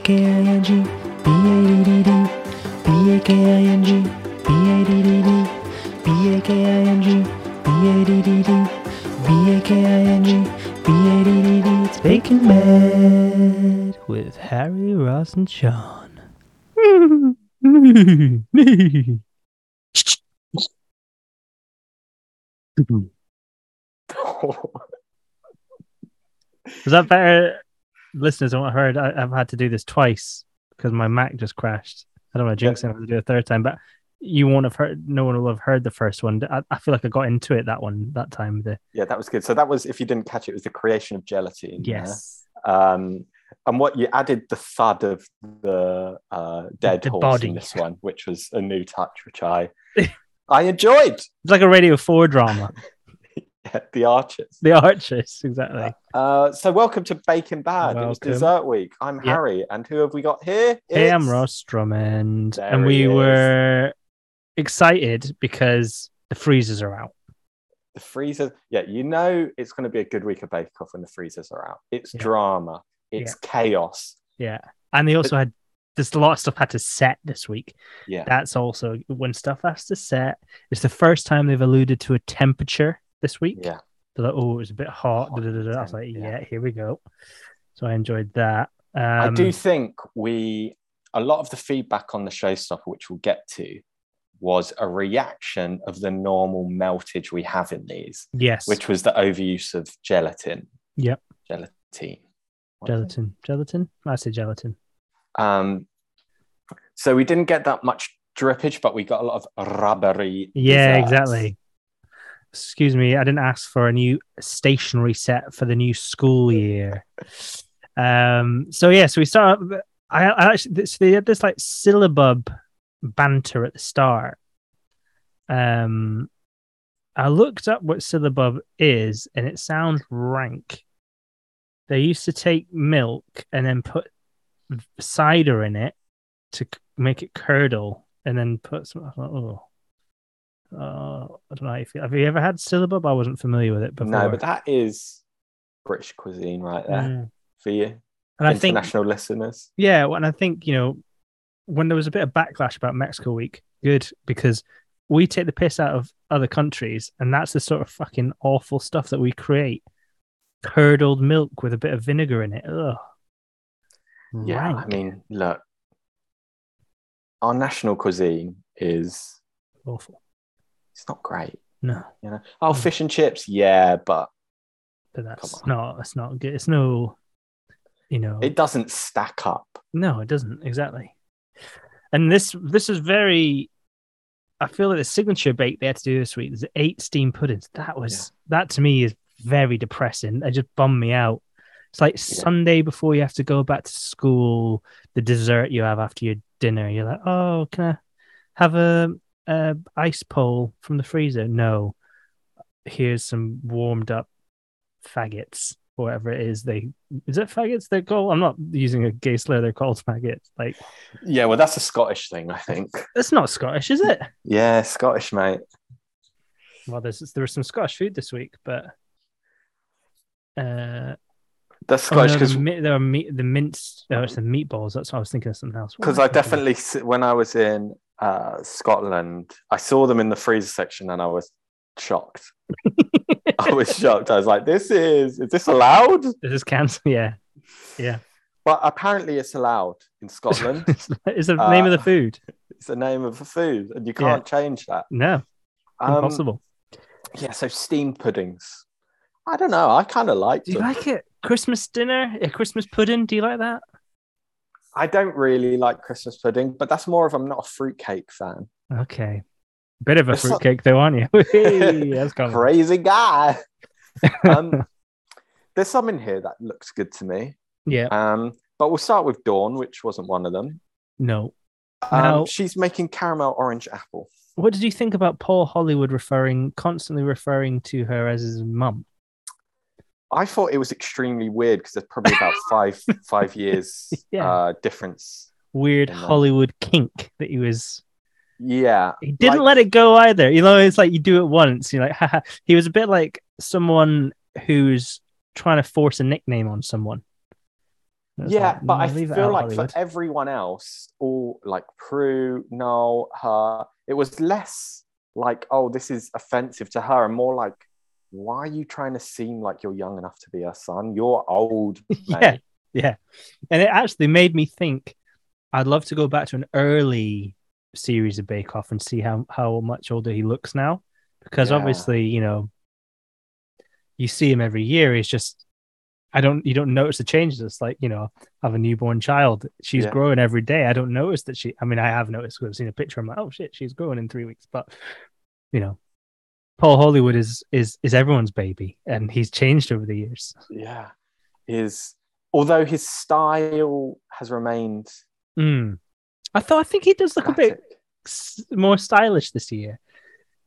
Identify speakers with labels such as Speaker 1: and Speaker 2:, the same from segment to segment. Speaker 1: B-A-K-I-N-G, B-A-D-D-D, B-A-K-I-N-G, B-A-D-D-D, B-A-K-I-N-G, B-A-D-D-D, B-A-K-I-N-G, B-A-D-D-D. It's Bacon Bed with Harry, Ross, and Sean. Was that better? Listeners, I heard I, I've had to do this twice because my Mac just crashed. I don't want to jinx it. I have to do it a third time, but you won't have heard. No one will have heard the first one. I, I feel like I got into it that one that time. The
Speaker 2: yeah, that was good. So that was, if you didn't catch it, it was the creation of gelatine. yeah?
Speaker 1: yes,
Speaker 2: Um, and what you added the thud of the uh, dead
Speaker 1: The
Speaker 2: horse
Speaker 1: body.
Speaker 2: in this one, which was a new touch, which I I enjoyed.
Speaker 1: it's like a Radio Four drama.
Speaker 2: Yeah, the Archers.
Speaker 1: the Archers, exactly.
Speaker 2: Uh, so welcome to Bacon Bad. It was
Speaker 1: Welcome.
Speaker 2: dessert week. I'm
Speaker 1: Yeah.
Speaker 2: Harry, and who have we got here?
Speaker 1: Hey, I'm
Speaker 2: It's-
Speaker 1: Ross Drummond,
Speaker 2: There
Speaker 1: and we
Speaker 2: he is.
Speaker 1: were excited because the freezers are out.
Speaker 2: The freezers. Yeah, you know it's going to be a good week of Bake Off when the freezers are out. It's
Speaker 1: Yeah.
Speaker 2: drama. It's chaos.
Speaker 1: Yeah. And they also had there's a lot of stuff had to set this week.
Speaker 2: Yeah.
Speaker 1: That's also when stuff has to set. It's the first time they've alluded to a temperature this week.
Speaker 2: Yeah.
Speaker 1: They're like, oh, it was a bit hot.
Speaker 2: Hot
Speaker 1: da, da, da, da. I was
Speaker 2: temp,
Speaker 1: like,
Speaker 2: yeah.
Speaker 1: yeah. here we go. So I enjoyed that. Um,
Speaker 2: I do think we a lot of the feedback on the showstopper, which we'll get to, was a reaction of the normal meltage we have in these,
Speaker 1: Yes.
Speaker 2: which was the overuse of gelatin.
Speaker 1: Yep.
Speaker 2: Gelatine. What is it?
Speaker 1: gelatin. Gelatin? I say gelatin.
Speaker 2: Um, so we didn't get that much drippage, but we got a lot of rubbery.
Speaker 1: Yeah,
Speaker 2: desserts.
Speaker 1: exactly. Excuse me, I didn't ask for a new stationery set for the new school year. Um, so yeah, so we start. up- I, I actually this, they had this like syllabub banter at the start. Um, I looked up what syllabub is, and it sounds rank. They used to take milk and then put cider in it to c- make it curdle, and then put some. I thought, oh. Uh, I don't know. If you, have you ever had syllabub? I wasn't familiar with it before.
Speaker 2: No, but that is British cuisine right there
Speaker 1: Mm.
Speaker 2: for you,
Speaker 1: and I think,
Speaker 2: international listeners.
Speaker 1: yeah, well, and I think you know, when there was a bit of backlash about Mexico Week, good because we take the piss out of other countries, and that's the sort of fucking awful stuff that we create. Curdled milk with a bit of vinegar in it. Ugh.
Speaker 2: Yeah, I
Speaker 1: Rank.
Speaker 2: mean, look, our national cuisine is
Speaker 1: awful.
Speaker 2: it's not great.
Speaker 1: No,
Speaker 2: You know, oh,
Speaker 1: Mm.
Speaker 2: fish and chips, yeah, but
Speaker 1: but that's
Speaker 2: on.
Speaker 1: not. It's not good. It's no. You know,
Speaker 2: it doesn't stack up.
Speaker 1: No, it doesn't exactly. And this this is very. I feel like the signature bake they had to do this week. There's eight steam puddings. That was that to me is very depressing. It just bummed me out. It's like Sunday before you have to go back to school. The dessert you have after your dinner, you're like, oh, can I have a, a ice pole from the freezer? No. Here's some warmed up faggots, whatever it is they is it faggots they're called? I'm not using a gay slur. They're called faggots. Like
Speaker 2: Yeah, well, that's a Scottish thing, I think.
Speaker 1: that's not Scottish, is it?
Speaker 2: Yeah, Scottish, mate.
Speaker 1: Well, there's there was some Scottish food this week, but uh,
Speaker 2: That's
Speaker 1: oh, no,
Speaker 2: Scottish because
Speaker 1: the, mi- there are meat the mince. Oh, it's the meatballs. That's what I was thinking of something else. What
Speaker 2: because
Speaker 1: am
Speaker 2: I
Speaker 1: thinking of?
Speaker 2: definitely s- when I was in uh, Scotland, I saw them in the freezer section, and I was shocked. I was shocked. I was like, "This is is this allowed?"
Speaker 1: this is cancer. Yeah,
Speaker 2: But apparently, it's allowed in Scotland.
Speaker 1: is the name of the
Speaker 2: Uh,
Speaker 1: food?
Speaker 2: it's the name of the food, and you
Speaker 1: Yeah.
Speaker 2: can't change that.
Speaker 1: No,
Speaker 2: Um,
Speaker 1: impossible.
Speaker 2: Yeah, so steam puddings. I don't know. I kind of liked
Speaker 1: Do you
Speaker 2: them.
Speaker 1: like it? Christmas dinner, a Christmas pudding. Do you like that?
Speaker 2: I don't really like Christmas pudding, but that's more of I'm not a fruitcake fan.
Speaker 1: Okay, bit of a
Speaker 2: It's not-
Speaker 1: fruitcake though, aren't you? Hey, that's gone.
Speaker 2: Crazy guy. um, there's some in here that looks good to me.
Speaker 1: Yeah,
Speaker 2: Um, but we'll start with Dawn, which wasn't one of them.
Speaker 1: no.
Speaker 2: Um,
Speaker 1: Now-
Speaker 2: She's making caramel orange apple.
Speaker 1: What did you think about Paul Hollywood referring constantly referring to her as his mum?
Speaker 2: I thought it was extremely weird because there's probably about five five years
Speaker 1: Yeah.
Speaker 2: uh, difference.
Speaker 1: Weird
Speaker 2: Yeah.
Speaker 1: Hollywood kink that he was.
Speaker 2: Yeah,
Speaker 1: He didn't
Speaker 2: Like-
Speaker 1: let it go either. You know, it's like you do it once. You're like, haha. He was a bit like someone who's trying to force a nickname on someone. It was
Speaker 2: Yeah,
Speaker 1: like,
Speaker 2: but I
Speaker 1: mm, leave it
Speaker 2: feel
Speaker 1: out,
Speaker 2: like
Speaker 1: Hollywood.
Speaker 2: for everyone else, all like Prue, Noel, her, it was less like, oh, this is offensive to her, and more like, why are you trying to seem like you're young enough to be her son? You're old.
Speaker 1: yeah,
Speaker 2: mate."
Speaker 1: yeah. And it actually made me think I'd love to go back to an early series of Bake Off and see how, how much older he looks now. Because
Speaker 2: Yeah.
Speaker 1: obviously, you know, you see him every year. It's just, I don't, you don't notice the changes. It's like, you know, I have a newborn child. She's
Speaker 2: Yeah.
Speaker 1: growing every day. I don't notice that she, I mean, I have noticed 'cause I've seen a picture. I'm like, oh shit, she's growing in three weeks. But, you know, Paul Hollywood is is is everyone's baby, and he's changed over the years.
Speaker 2: Yeah. His, although his style has remained Hmm.
Speaker 1: Mm. I thought I think he does look a bit
Speaker 2: static.
Speaker 1: s- more stylish this year.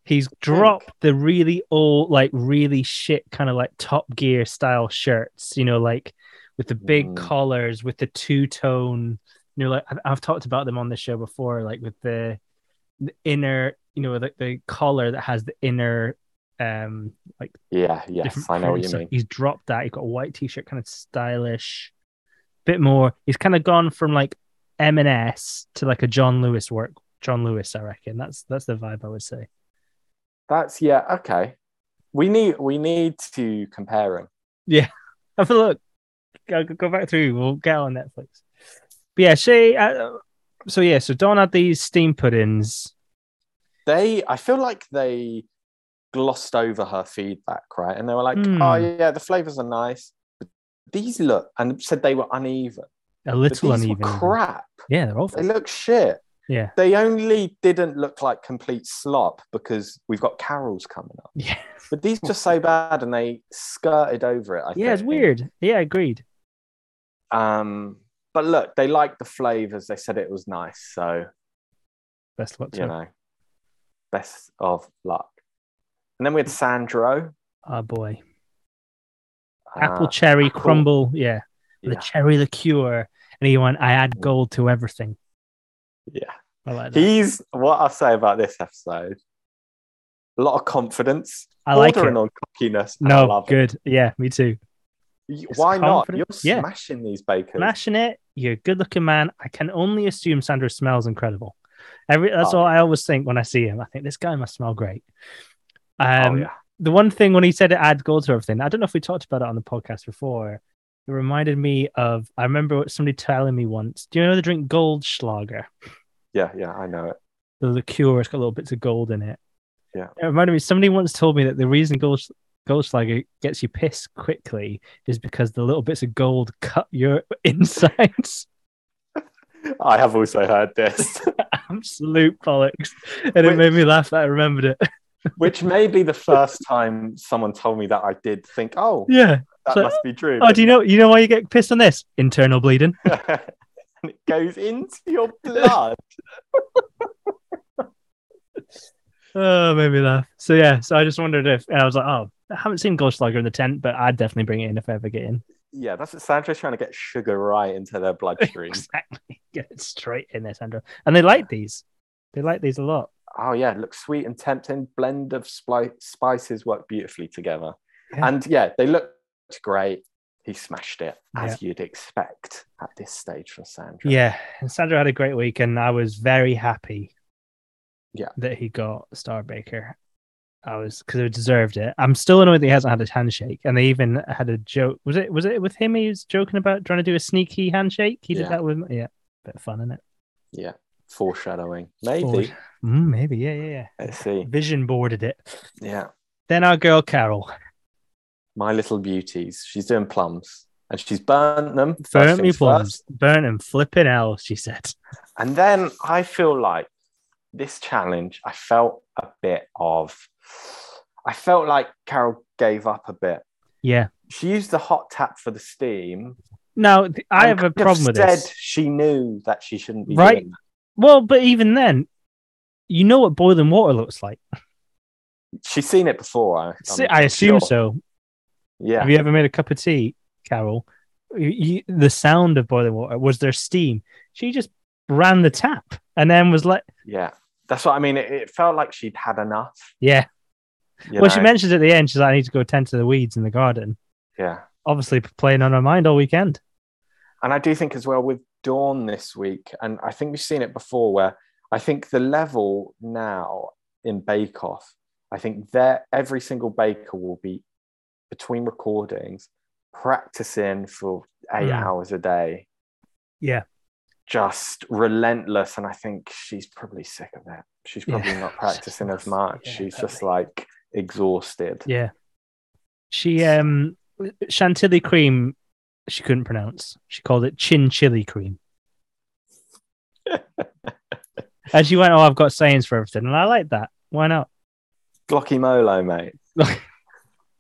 Speaker 1: He's dropped the really old, like really shit kind of like Top Gear style shirts, you know, like with the big
Speaker 2: Mm.
Speaker 1: collars, with the two tone. You know, like I've, I've talked about them on the show before, like with the, the inner, you know, like the collar that has the inner, um, like
Speaker 2: Yeah, yes,
Speaker 1: different
Speaker 2: I know what
Speaker 1: prints.
Speaker 2: you mean.
Speaker 1: He's dropped that. He's got a white t-shirt, kind of stylish, bit more. He's kind of gone from like M and S to like a John Lewis work. John Lewis, I reckon. That's that's the vibe I would say.
Speaker 2: That's yeah, okay. We need we need to compare him.
Speaker 1: Have a look. Go, go- go back through. We'll get on Netflix. But yeah, she. Uh, so yeah, so Don had these steam puddings.
Speaker 2: they I feel like they glossed over her feedback, right? And they were like,
Speaker 1: Hmm.
Speaker 2: oh yeah, the flavors are nice. But these look and said they were uneven.
Speaker 1: A
Speaker 2: But
Speaker 1: little
Speaker 2: these
Speaker 1: uneven.
Speaker 2: were crap.
Speaker 1: Yeah, they're
Speaker 2: They
Speaker 1: awful.
Speaker 2: look shit.
Speaker 1: Yeah.
Speaker 2: They only didn't look like complete slop because we've got carols coming up.
Speaker 1: Yeah,
Speaker 2: But these were so bad and they skirted over it. I
Speaker 1: yeah, it's
Speaker 2: think.
Speaker 1: weird. Yeah, agreed.
Speaker 2: Um but look, they liked the flavors. They said it was nice. So
Speaker 1: Best luck to
Speaker 2: you know, best of luck. And then we had Sandro.
Speaker 1: our boy.
Speaker 2: uh,
Speaker 1: apple cherry
Speaker 2: apple.
Speaker 1: crumble. Yeah. The
Speaker 2: yeah,
Speaker 1: cherry liqueur. And he went, I add gold to everything.
Speaker 2: Ah, yeah.
Speaker 1: I like that.
Speaker 2: He's what I say about this episode. A lot of confidence,
Speaker 1: I like
Speaker 2: bordering
Speaker 1: it.
Speaker 2: on cockiness. and I
Speaker 1: No,
Speaker 2: love it.
Speaker 1: good. Yeah, me too.
Speaker 2: You-
Speaker 1: It's
Speaker 2: Why not? You're
Speaker 1: confidence, yeah.
Speaker 2: smashing these bakers.
Speaker 1: Smashing it. You're a good looking man. I can only assume Sandra smells incredible. Every that's
Speaker 2: Oh,
Speaker 1: all I always think when I see him. I think this guy must smell great. Um
Speaker 2: oh, yeah.
Speaker 1: the one thing when he said it add gold to everything, I don't know if we talked about it on the podcast before. It reminded me of I remember somebody telling me once, do you know the drink Goldschlager?
Speaker 2: yeah, yeah, I know it.
Speaker 1: the liqueur. It's got little bits of gold in it.
Speaker 2: Yeah.
Speaker 1: It reminded me. Somebody once told me that the reason gold Goldschlager gets you pissed quickly is because the little bits of gold cut your insides.
Speaker 2: I have also heard this,
Speaker 1: Absolute bollocks. And it
Speaker 2: Which-
Speaker 1: made me laugh that I remembered it.
Speaker 2: which may be the first time someone told me that I did think, oh,
Speaker 1: yeah.
Speaker 2: that
Speaker 1: So-
Speaker 2: must be true.
Speaker 1: Oh, do you know you know why you get pissed on this? Internal bleeding.
Speaker 2: and it goes into your blood.
Speaker 1: Oh, made me laugh. So yeah, so I just wondered if and I was like, oh, I haven't seen Goldschlager in the tent, but I'd definitely bring it in if I ever get in.
Speaker 2: Yeah, that's what Sandra's trying to get sugar right into their bloodstream.
Speaker 1: Exactly. Get it straight in there, Sandra. And they like these. They like these a lot.
Speaker 2: oh yeah, it looks sweet and tempting. Blend of spi- spices work beautifully together.
Speaker 1: Yeah.
Speaker 2: And yeah, they looked great. He smashed it as you'd expect at this stage from Sandra.
Speaker 1: Yeah, and Sandra had a great week, and I was very happy.
Speaker 2: Yeah.
Speaker 1: that he got Star Baker. I was because he deserved it. I'm still annoyed that he hasn't had his handshake, and they even had a joke. Was it was it with him? He was joking about trying to do a sneaky handshake. He
Speaker 2: Yeah.
Speaker 1: did that with yeah, bit of fun in it.
Speaker 2: Foreshadowing. Maybe.
Speaker 1: Forward. Mm, maybe yeah yeah
Speaker 2: Let's
Speaker 1: yeah.
Speaker 2: see.
Speaker 1: Vision boarded it.
Speaker 2: Yeah.
Speaker 1: Then our girl Carol
Speaker 2: My little beauties. She's doing plums. And she's burnt them. first
Speaker 1: burnt me
Speaker 2: things
Speaker 1: plums,
Speaker 2: first.
Speaker 1: burnt and flipping hell. She said,
Speaker 2: And then I feel like this challenge, I felt a bit of I felt like Carol gave up a bit.
Speaker 1: "Yeah."
Speaker 2: She used the hot tap for the steam,
Speaker 1: Now th- I
Speaker 2: and
Speaker 1: have a
Speaker 2: could
Speaker 1: problem with
Speaker 2: said
Speaker 1: this.
Speaker 2: She knew that she shouldn't be
Speaker 1: Right.
Speaker 2: doing
Speaker 1: Well, but even then, you know what boiling water looks like.
Speaker 2: that. She's seen it before. I,
Speaker 1: Si-
Speaker 2: I'm
Speaker 1: I assume
Speaker 2: sure.
Speaker 1: so.
Speaker 2: Yeah,
Speaker 1: Have you ever made a cup of tea, Carol? You- you- the sound of boiling water was there steam. She just ran the tap and then was like,
Speaker 2: yeah. That's what I mean. It, it felt like she'd had enough.
Speaker 1: "Yeah."
Speaker 2: you
Speaker 1: Well, she
Speaker 2: know?
Speaker 1: mentions at the end, she's like, "I need to go tend to the weeds in the garden."
Speaker 2: Yeah,
Speaker 1: Obviously, playing on her mind all weekend.
Speaker 2: And I do think as well with Dawn this week, and I think we've seen it before, where I think the level now in Bake Off, I think there every single baker will be between recordings practicing for eight
Speaker 1: Mm.
Speaker 2: hours a day,
Speaker 1: Yeah.
Speaker 2: just relentless. And I think she's probably sick of it. She's
Speaker 1: Yeah.
Speaker 2: probably not practicing as much.
Speaker 1: Yeah,
Speaker 2: she's just like exhausted.
Speaker 1: Yeah. She um Chantilly cream she couldn't pronounce. She called it chin chili cream. and she went, Oh, I've got sayings for everything. And I like that. Why not?
Speaker 2: Glocky Molo, mate.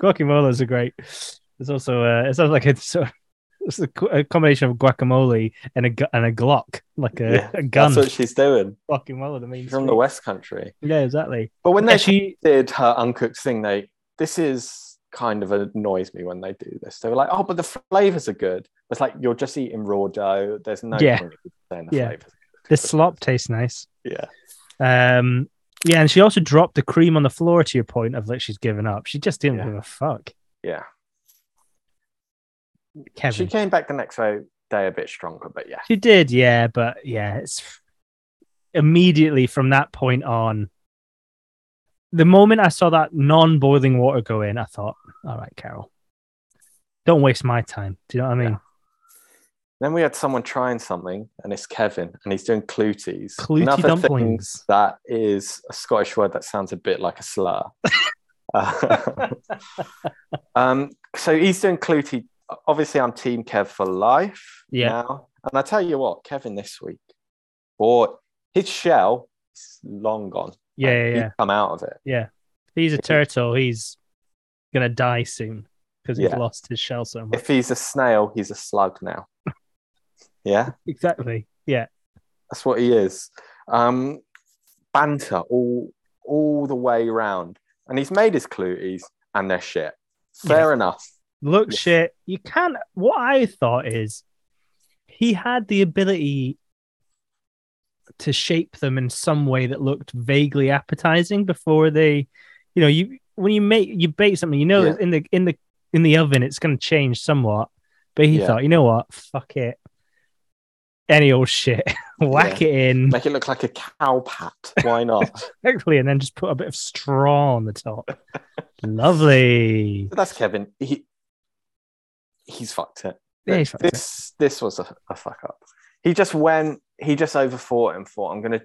Speaker 1: Guacamoles are great. It's also uh, it sounds like it's sort of- it's a, co- a combination of guacamole and a gu- and a Glock, like a,
Speaker 2: Yeah,
Speaker 1: a gun.
Speaker 2: That's what she's doing.
Speaker 1: guacamole, the main
Speaker 2: She's from the
Speaker 1: street.
Speaker 2: West Country.
Speaker 1: Yeah, exactly.
Speaker 2: But when
Speaker 1: Yeah,
Speaker 2: they
Speaker 1: she
Speaker 2: did her uncooked thing, they this is kind of annoys me when they do this. They were like, "Oh, but the flavors are good." It's like you're just eating raw dough. There's no
Speaker 1: Yeah.
Speaker 2: point in saying the
Speaker 1: Yeah.
Speaker 2: flavors.
Speaker 1: the slop tastes nice.
Speaker 2: Yeah,
Speaker 1: Um, yeah, and she also dropped the cream on the floor. To your point of like she's given up, she just didn't
Speaker 2: Yeah.
Speaker 1: give a fuck.
Speaker 2: yeah.
Speaker 1: Kevin,
Speaker 2: She
Speaker 1: she,
Speaker 2: came back the next day day a bit stronger, but yeah,
Speaker 1: did, yeah, but yeah, it's immediately from that point on. The moment I saw that non-boiling water go in, I thought, "All right, Carol, don't waste my time." Do you know what I mean?
Speaker 2: Then we had someone trying something, and it's Kevin, and he's doing clooties.
Speaker 1: Clooty
Speaker 2: Another thing
Speaker 1: dumplings.
Speaker 2: that is a Scottish word that sounds a bit like a slur. Uh, um, so he's doing clooty. Obviously, I'm Team Kev for life
Speaker 1: Yeah.
Speaker 2: now. And I tell you what, Kevin this week, boy, his shell is long gone.
Speaker 1: Yeah,
Speaker 2: Like,
Speaker 1: yeah,
Speaker 2: he's
Speaker 1: yeah.
Speaker 2: come out of it.
Speaker 1: He's a
Speaker 2: If he-
Speaker 1: turtle. He's gonna die soon because he's
Speaker 2: Yeah.
Speaker 1: lost his shell so much.
Speaker 2: If he's a snail, he's a slug now. yeah,
Speaker 1: Exactly. Yeah.
Speaker 2: that's what he is. Um, banter all all the way round, and he's made his clooties, and they're shit. Fair enough.
Speaker 1: Look,
Speaker 2: Yes.
Speaker 1: shit, you can. What I thought is he had the ability to shape them in some way that looked vaguely appetizing before they, you know, you when you make you bake something, you know,
Speaker 2: Yeah.
Speaker 1: in the in the in the oven, it's going to change somewhat. But he
Speaker 2: Yeah.
Speaker 1: thought, you know what, fuck it, any old shit, whack it in
Speaker 2: Make it look like a cow pat. Why not?
Speaker 1: perfectly, and then just put a bit of straw on the top. Lovely.
Speaker 2: But that's Kevin. He he's fucked it.
Speaker 1: Yeah, he's
Speaker 2: this
Speaker 1: fucked it.
Speaker 2: this was a, a fuck up. He just went. He just overthought and thought, "I'm gonna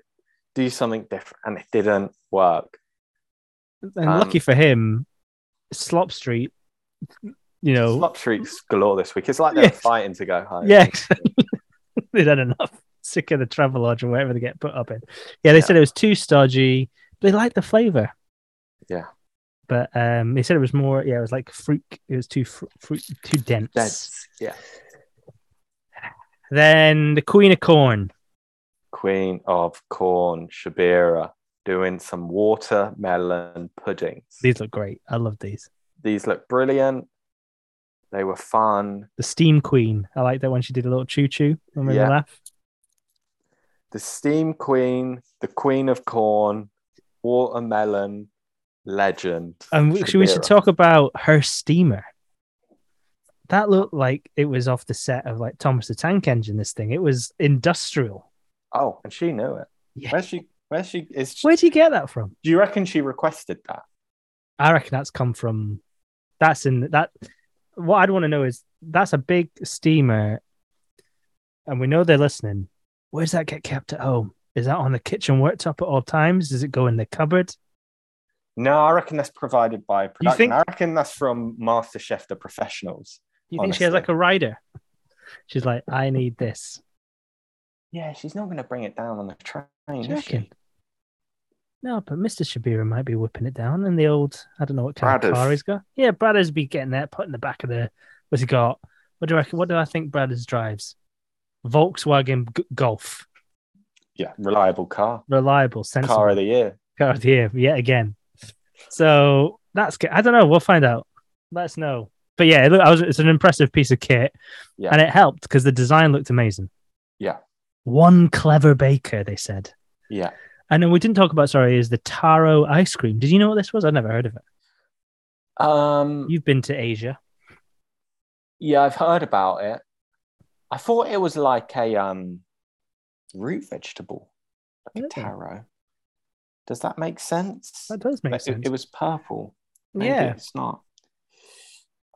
Speaker 2: do something different," and it didn't work.
Speaker 1: And
Speaker 2: Um,
Speaker 1: lucky for him, Slop Street, you know,
Speaker 2: Slop streaks galore this week. It's like they're
Speaker 1: Yes.
Speaker 2: fighting to go home.
Speaker 1: yeah, they've had enough. Sick of the travel lodge or whatever they get put up in. Yeah, they
Speaker 2: Yeah.
Speaker 1: said it was too stodgy. They liked the flavor.
Speaker 2: Yeah.
Speaker 1: But um, they said it was more. Yeah, it was like fruit. It was too fr- fruit, too dense.
Speaker 2: That's- yeah.
Speaker 1: Then the Queen of Corn.
Speaker 2: Queen of Corn, Shabira, doing some watermelon puddings.
Speaker 1: These look great. I love these.
Speaker 2: These look brilliant. They were fun.
Speaker 1: The Steam Queen. I like that when she did a little choo choo. Remember
Speaker 2: Yeah.
Speaker 1: the laugh?
Speaker 2: the steam queen, the queen of corn, watermelon legend.
Speaker 1: And we, should- we should
Speaker 2: Shabira.
Speaker 1: talk about her steamer. That looked like it was off the set of like Thomas the Tank Engine. This thing, it was industrial.
Speaker 2: Oh, and she knew it.
Speaker 1: Yeah.
Speaker 2: Where she? Where she is?
Speaker 1: Where do you get that from?
Speaker 2: do you reckon she requested that?
Speaker 1: I reckon that's come from. That's in that. What I'd want to know is that's a big steamer, and we know they're listening. Where does that get kept at home? Is that on the kitchen worktop at all times? Does it go in the cupboard?
Speaker 2: No, I reckon that's provided by production.
Speaker 1: think-
Speaker 2: I reckon that's from MasterChef the professionals.
Speaker 1: Do you think she has
Speaker 2: Honestly.
Speaker 1: like a rider? She's like, I need this.
Speaker 2: Yeah, she's not going to bring it down on the train.
Speaker 1: Do
Speaker 2: is
Speaker 1: you reckon?
Speaker 2: she?
Speaker 1: No, but Mr. Shabira might be whipping it down and the old I don't know what kind of
Speaker 2: Bradders.
Speaker 1: car he's got. Yeah, Bradders be getting that put in the back of the what's he got? What do I what do I think Bradders drives? Volkswagen G- Golf.
Speaker 2: Yeah, reliable car,
Speaker 1: Reliable, sensible
Speaker 2: car of the year.
Speaker 1: car of the year, yet again. So that's good. I don't know, we'll find out. Let us know. But yeah, it look, I was, it's an impressive piece of kit.
Speaker 2: Yeah.
Speaker 1: And it helped because the design looked amazing.
Speaker 2: Yeah.
Speaker 1: One clever baker, they said.
Speaker 2: Yeah,
Speaker 1: And then we didn't talk about, sorry, is the taro ice cream. Did you know what this was? I'd never heard of it.
Speaker 2: um,
Speaker 1: You've been to Asia.
Speaker 2: yeah, I've heard about it. I thought it was like a um root vegetable, like a
Speaker 1: Really?
Speaker 2: taro. Does that make sense?
Speaker 1: That does make
Speaker 2: But
Speaker 1: sense.
Speaker 2: It, it was purple. Maybe
Speaker 1: yeah,
Speaker 2: it's not.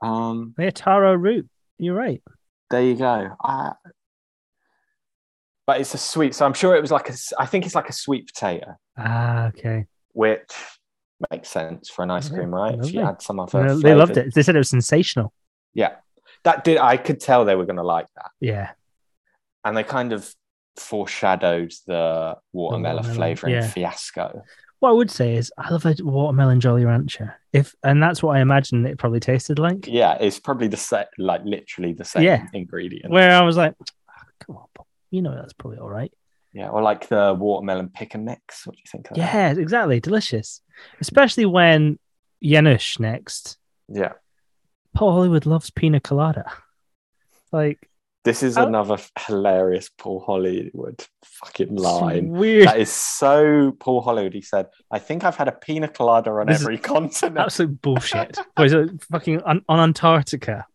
Speaker 2: Um,
Speaker 1: yeah, taro root. You're right.
Speaker 2: there you go. I, but it's a sweet. So I'm sure it was like a. s- I think it's like a sweet potato,
Speaker 1: Ah, okay.
Speaker 2: which makes sense for an ice
Speaker 1: Yeah,
Speaker 2: cream, right? If
Speaker 1: Mm-hmm.
Speaker 2: you
Speaker 1: lovely.
Speaker 2: add some other,
Speaker 1: No, they loved
Speaker 2: flavour.
Speaker 1: it. They said it was sensational.
Speaker 2: Yeah, that did. I could tell they were going to like that,
Speaker 1: Yeah,
Speaker 2: and they kind of foreshadowed the watermelon,
Speaker 1: watermelon,
Speaker 2: flavoring
Speaker 1: yeah.
Speaker 2: fiasco.
Speaker 1: what I would say is I love a watermelon Jolly Rancher. If and that's what I imagine it probably tasted like.
Speaker 2: Yeah, it's probably the same, like literally the same
Speaker 1: Yeah.
Speaker 2: ingredient.
Speaker 1: Where I was like, "Ah, come on, Paul. you know that's probably all right.
Speaker 2: Yeah, or like the watermelon pick and mix. What do you think? Of that?
Speaker 1: Yeah, exactly. Delicious, especially when Janusz next.
Speaker 2: yeah.
Speaker 1: Paul Hollywood loves pina colada. Like
Speaker 2: This is
Speaker 1: Oh.
Speaker 2: another f- hilarious Paul Hollywood fucking
Speaker 1: it's
Speaker 2: line.
Speaker 1: weird,
Speaker 2: That is so Paul Hollywood. He said, "I think I've had a pina colada on
Speaker 1: This is-
Speaker 2: every continent."
Speaker 1: absolute bullshit. Was it fucking on, on Antarctica?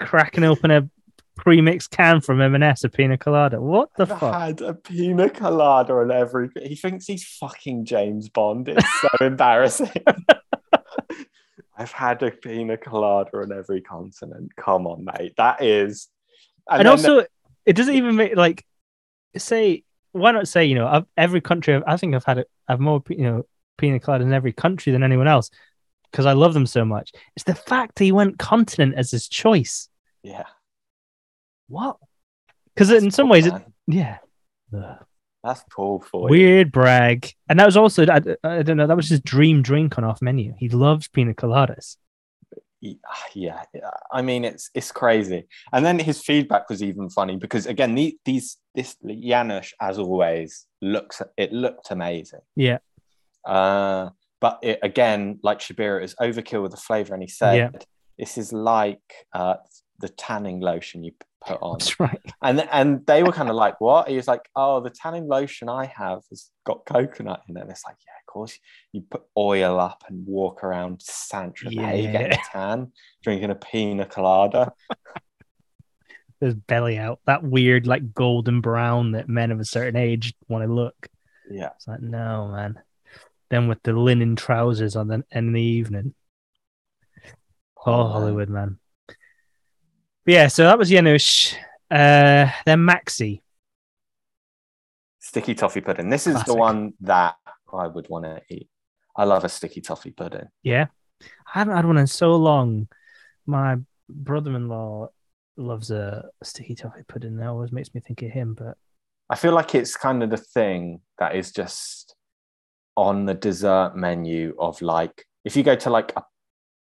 Speaker 1: Cracking open a premix can from M&S of pina colada. What the
Speaker 2: I've
Speaker 1: fuck?
Speaker 2: had a pina colada on every. He thinks he's fucking James Bond. It's so embarrassing. I've had a pina colada on every continent. Come on, mate. That is.
Speaker 1: And,
Speaker 2: then
Speaker 1: also, it doesn't even make like say why not say you know I've, every country I've, I think I've had it. I've more pe- you know pina colada in every country than anyone else because I love them so much. It's the fact that he went continent as his choice.
Speaker 2: the- yeah.
Speaker 1: What? Because in
Speaker 2: that's
Speaker 1: some
Speaker 2: Paul,
Speaker 1: ways, it,
Speaker 2: man.
Speaker 1: yeah, Ugh.
Speaker 2: that's Paul for you.
Speaker 1: weird brag. And that was also I, I don't know that was his dream drink on off menu. He loves pina coladas.
Speaker 2: Y- yeah yeah. i mean it's it's crazy and then his feedback was even funny because again the, these this janusz as always looks it looked amazing
Speaker 1: Yeah.
Speaker 2: uh but it, again like shabira it was overkill with the flavor and he said
Speaker 1: Yeah.
Speaker 2: this is like uh the tanning lotion you p- put on
Speaker 1: That's right.
Speaker 2: and and they were kind of like what he was like oh the tanning lotion i have has got coconut in it and it's like yeah of course you put oil up and walk around san tropez
Speaker 1: Yeah.
Speaker 2: getting a tan drinking a pina colada
Speaker 1: His belly out, that weird like golden brown that men of a certain age want to look.
Speaker 2: yeah
Speaker 1: It's like, no, man. Then with the linen trousers on the in the evening. Oh, Hollywood, man. But yeah, so that was Janusz. Uh, then Maxi.
Speaker 2: sticky toffee pudding this is the
Speaker 1: Classic.
Speaker 2: one that i would want to eat i love a sticky toffee pudding
Speaker 1: Yeah. I haven't had one in so long. My brother in law loves a sticky toffee pudding. That always makes me think of him, but
Speaker 2: i feel like it's kind of the thing that is just on the dessert menu of like if you go to like a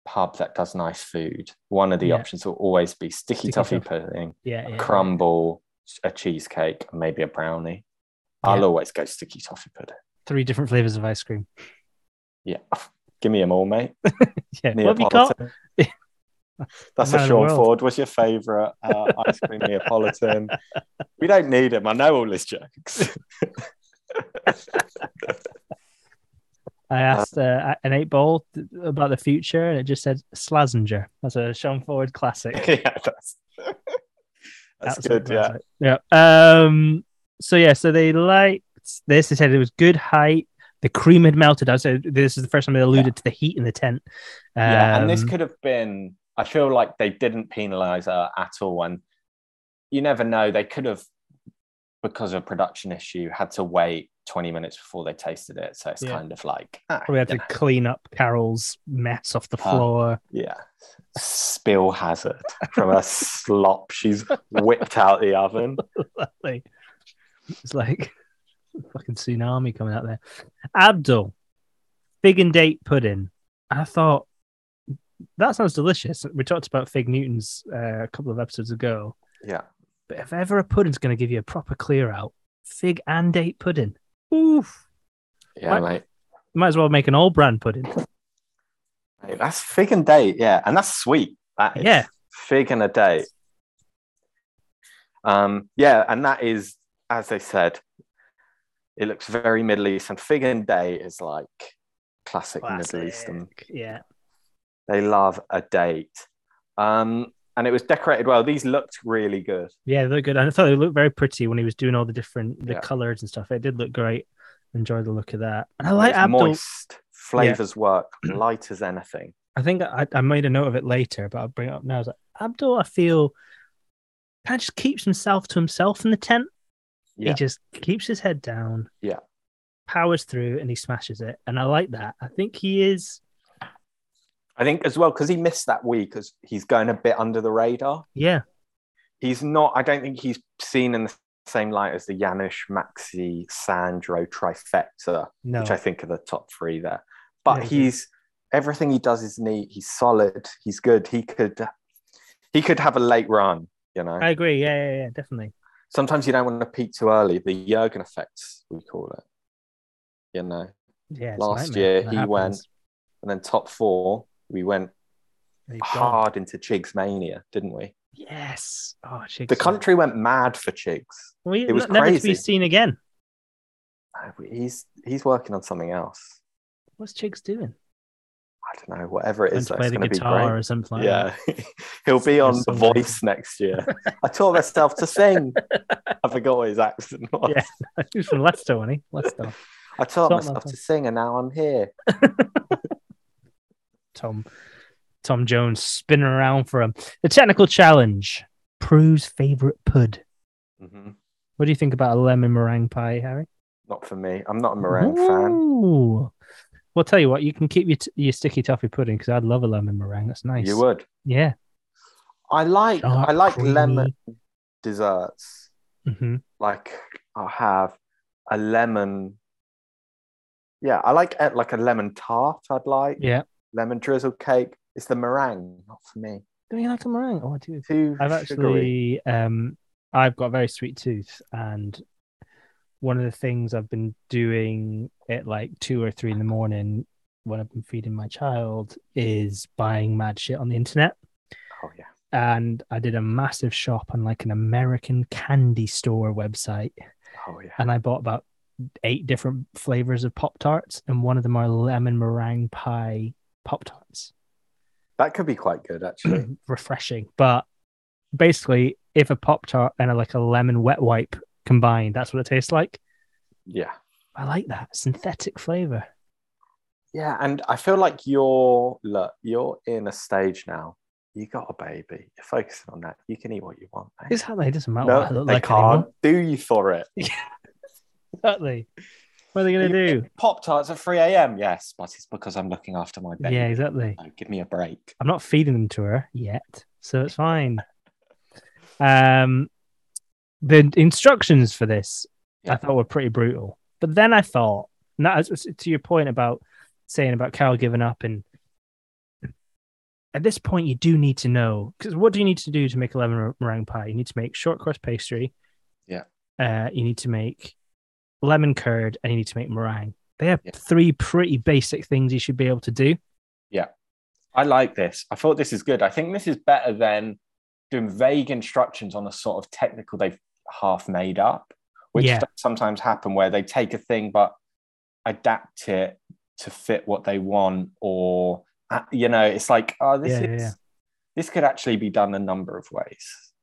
Speaker 2: pub that does nice food one of the
Speaker 1: Yeah.
Speaker 2: options will always be sticky,
Speaker 1: Sticky
Speaker 2: toffee
Speaker 1: toffee.
Speaker 2: pudding
Speaker 1: yeah.
Speaker 2: a
Speaker 1: yeah.
Speaker 2: crumble a cheesecake and maybe a brownie
Speaker 1: Yeah.
Speaker 2: i'll always go sticky toffee pudding
Speaker 1: Three different flavors of ice cream.
Speaker 2: yeah give me them all mate
Speaker 1: Yeah. What have you got?
Speaker 2: neapolitan that's
Speaker 1: Man of the
Speaker 2: a sean
Speaker 1: world.
Speaker 2: ford what's your favorite uh, ice cream neapolitan we don't need him i know all his jokes
Speaker 1: I asked uh, an eight ball th- about the future, and it just said Slazenger. That's a Sean Ford classic.
Speaker 2: yeah that's that's
Speaker 1: Absolute
Speaker 2: good yeah
Speaker 1: classic. Yeah. Um. So yeah. So they liked this. They said it was good height. The cream had melted. I said this is the first time they alluded to the heat in the tent. Um,
Speaker 2: Yeah, and this could have been. I feel like they didn't penalise her at all, and you never know. They could have, because of a production issue, had to wait twenty minutes before they tasted it. So it's
Speaker 1: Yeah.
Speaker 2: kind of like, ah,
Speaker 1: probably had
Speaker 2: you
Speaker 1: to
Speaker 2: know,
Speaker 1: clean up Carol's mess off the
Speaker 2: Ah.
Speaker 1: floor.
Speaker 2: yeah, spill hazard from a slop she's whipped out the oven.
Speaker 1: Like, it's like fucking tsunami coming out there. Abdul, fig and date pudding. I thought that sounds delicious. We talked about fig Newtons uh, a couple of episodes ago.
Speaker 2: Yeah,
Speaker 1: But if ever a pudding's going to give you a proper clear out, fig and date pudding. Oof.
Speaker 2: yeah,
Speaker 1: What?
Speaker 2: mate.
Speaker 1: Might as well make an old brand pudding.
Speaker 2: Mate, That's fig and date, yeah, and that's sweet. That is
Speaker 1: Yeah.
Speaker 2: fig and a date. Um, yeah, and that is, as they said, it looks very Middle East, and fig and date is like classic Middle Eastern.
Speaker 1: Classic. Yeah.
Speaker 2: They love a date. Um, and it was decorated well. These looked really good.
Speaker 1: Yeah, they look good. And I thought they looked very pretty when he was doing all the different the
Speaker 2: Yeah.
Speaker 1: colours and stuff. It did look great. Enjoy the look of that. And I like
Speaker 2: It's
Speaker 1: Abdul.
Speaker 2: moist flavors work light as anything.
Speaker 1: I think I, I made a note of it later, but I'll bring it up now. Is that Abdul, I feel, kind of just keeps himself to himself in the tent.
Speaker 2: Yeah.
Speaker 1: He just keeps his head down.
Speaker 2: Yeah.
Speaker 1: Powers through and he smashes it. And I like that. I think he is.
Speaker 2: I think as well because he missed that week because he's going a bit under the radar.
Speaker 1: Yeah.
Speaker 2: He's not. I don't think he's seen in the same light as the Janusz, Maxi, Sandro trifecta,
Speaker 1: No.
Speaker 2: which I think are the top three there. But
Speaker 1: Oh. Yeah, he
Speaker 2: he's everything he does is neat. He's solid. He's good. He could he could have a late run. You know.
Speaker 1: I agree. Yeah, yeah, yeah, definitely.
Speaker 2: Sometimes you don't want to peak too early. The Jurgen effects we call it. You know.
Speaker 1: Yeah. it's a
Speaker 2: Last
Speaker 1: nightmare
Speaker 2: year,
Speaker 1: when that
Speaker 2: he
Speaker 1: happens.
Speaker 2: went- And then top four, we went
Speaker 1: There you go.
Speaker 2: hard into Chigs mania, didn't we?
Speaker 1: Yes. Oh, Shakespeare.
Speaker 2: The country went mad for Chigs.
Speaker 1: We,
Speaker 2: it was
Speaker 1: never to be
Speaker 2: crazy.
Speaker 1: seen again.
Speaker 2: Uh, He's he's working on something else.
Speaker 1: What's Chiggs doing?
Speaker 2: I don't know, whatever it
Speaker 1: Going
Speaker 2: is,
Speaker 1: to
Speaker 2: though,
Speaker 1: play
Speaker 2: it's
Speaker 1: the
Speaker 2: going to be
Speaker 1: guitar
Speaker 2: great.
Speaker 1: or something like that.
Speaker 2: Yeah, he'll be
Speaker 1: Or
Speaker 2: on The
Speaker 1: something.
Speaker 2: Voice next year. I taught myself to sing. I forgot what his accent was.
Speaker 1: Yeah. he was from Leicester, wasn't he? Leicester.
Speaker 2: I taught
Speaker 1: Something
Speaker 2: myself
Speaker 1: like
Speaker 2: to sing, and now I'm here.
Speaker 1: Tom Tom Jones spinning around for him. The technical challenge. Prue's favorite pud.
Speaker 2: Mhm.
Speaker 1: What do you think about a lemon meringue pie, Harry?
Speaker 2: Not for me. I'm not a meringue fan.
Speaker 1: Ooh. Well, tell you what, you can keep your, t- your sticky toffee pudding because I'd love a lemon meringue. That's nice.
Speaker 2: You would.
Speaker 1: Yeah.
Speaker 2: I like
Speaker 1: Dark,
Speaker 2: I like
Speaker 1: creamy.
Speaker 2: lemon desserts.
Speaker 1: hmm
Speaker 2: like I'll have a lemon. Yeah, I like eh, like a lemon tart. I'd like
Speaker 1: Yeah.
Speaker 2: lemon drizzle cake. It's the meringue, not for me.
Speaker 1: Do you like a meringue? Oh, I do.
Speaker 2: Too
Speaker 1: I've
Speaker 2: sugary.
Speaker 1: actually, um, I've got a very sweet tooth, and one of the things I've been doing at like two or three in the morning when I've been feeding my child is buying mad shit on the internet.
Speaker 2: Oh yeah,
Speaker 1: And I did a massive shop on like an American candy store website,
Speaker 2: oh yeah.
Speaker 1: and I bought about eight different flavors of Pop Tarts, and one of them are lemon meringue pie Pop Tarts
Speaker 2: That could be quite good actually.
Speaker 1: refreshing. But basically, if a pop tart and a, like a lemon wet wipe combined, that's what it tastes like.
Speaker 2: yeah,
Speaker 1: I like that synthetic flavor.
Speaker 2: yeah. And I feel like you're look, you're in a stage now. You got a baby. You're focusing on that. You can eat what you want. mate.
Speaker 1: Exactly, it doesn't matter
Speaker 2: No,
Speaker 1: what I look
Speaker 2: they
Speaker 1: like
Speaker 2: can't
Speaker 1: anymore.
Speaker 2: do you for it.
Speaker 1: Exactly. What are they gonna do?
Speaker 2: Pop tarts at three a.m. Yes, but it's because I'm looking after my baby.
Speaker 1: Yeah, exactly.
Speaker 2: No, give me a break.
Speaker 1: I'm not feeding them to her yet, so it's fine. Um, the instructions for this I
Speaker 2: Yeah.
Speaker 1: thought were pretty brutal, but then I thought, and that is to your point about saying about Carol giving up, and at this point you do need to know because what do you need to do to make a lemon mer- meringue pie? You need to make short crust pastry.
Speaker 2: Yeah.
Speaker 1: Uh, you need to make lemon curd, and you need to make meringue. They are
Speaker 2: Yeah.
Speaker 1: three pretty basic things you should be able to do.
Speaker 2: I like this. I thought this is good. I think this is better than doing vague instructions on a sort of technical they've half made up, which
Speaker 1: Yeah.
Speaker 2: does sometimes happen where they take a thing but adapt it to fit what they want, or uh, you know, it's like, oh, this
Speaker 1: Yeah, yeah,
Speaker 2: is
Speaker 1: yeah.
Speaker 2: this could actually be done a number of ways.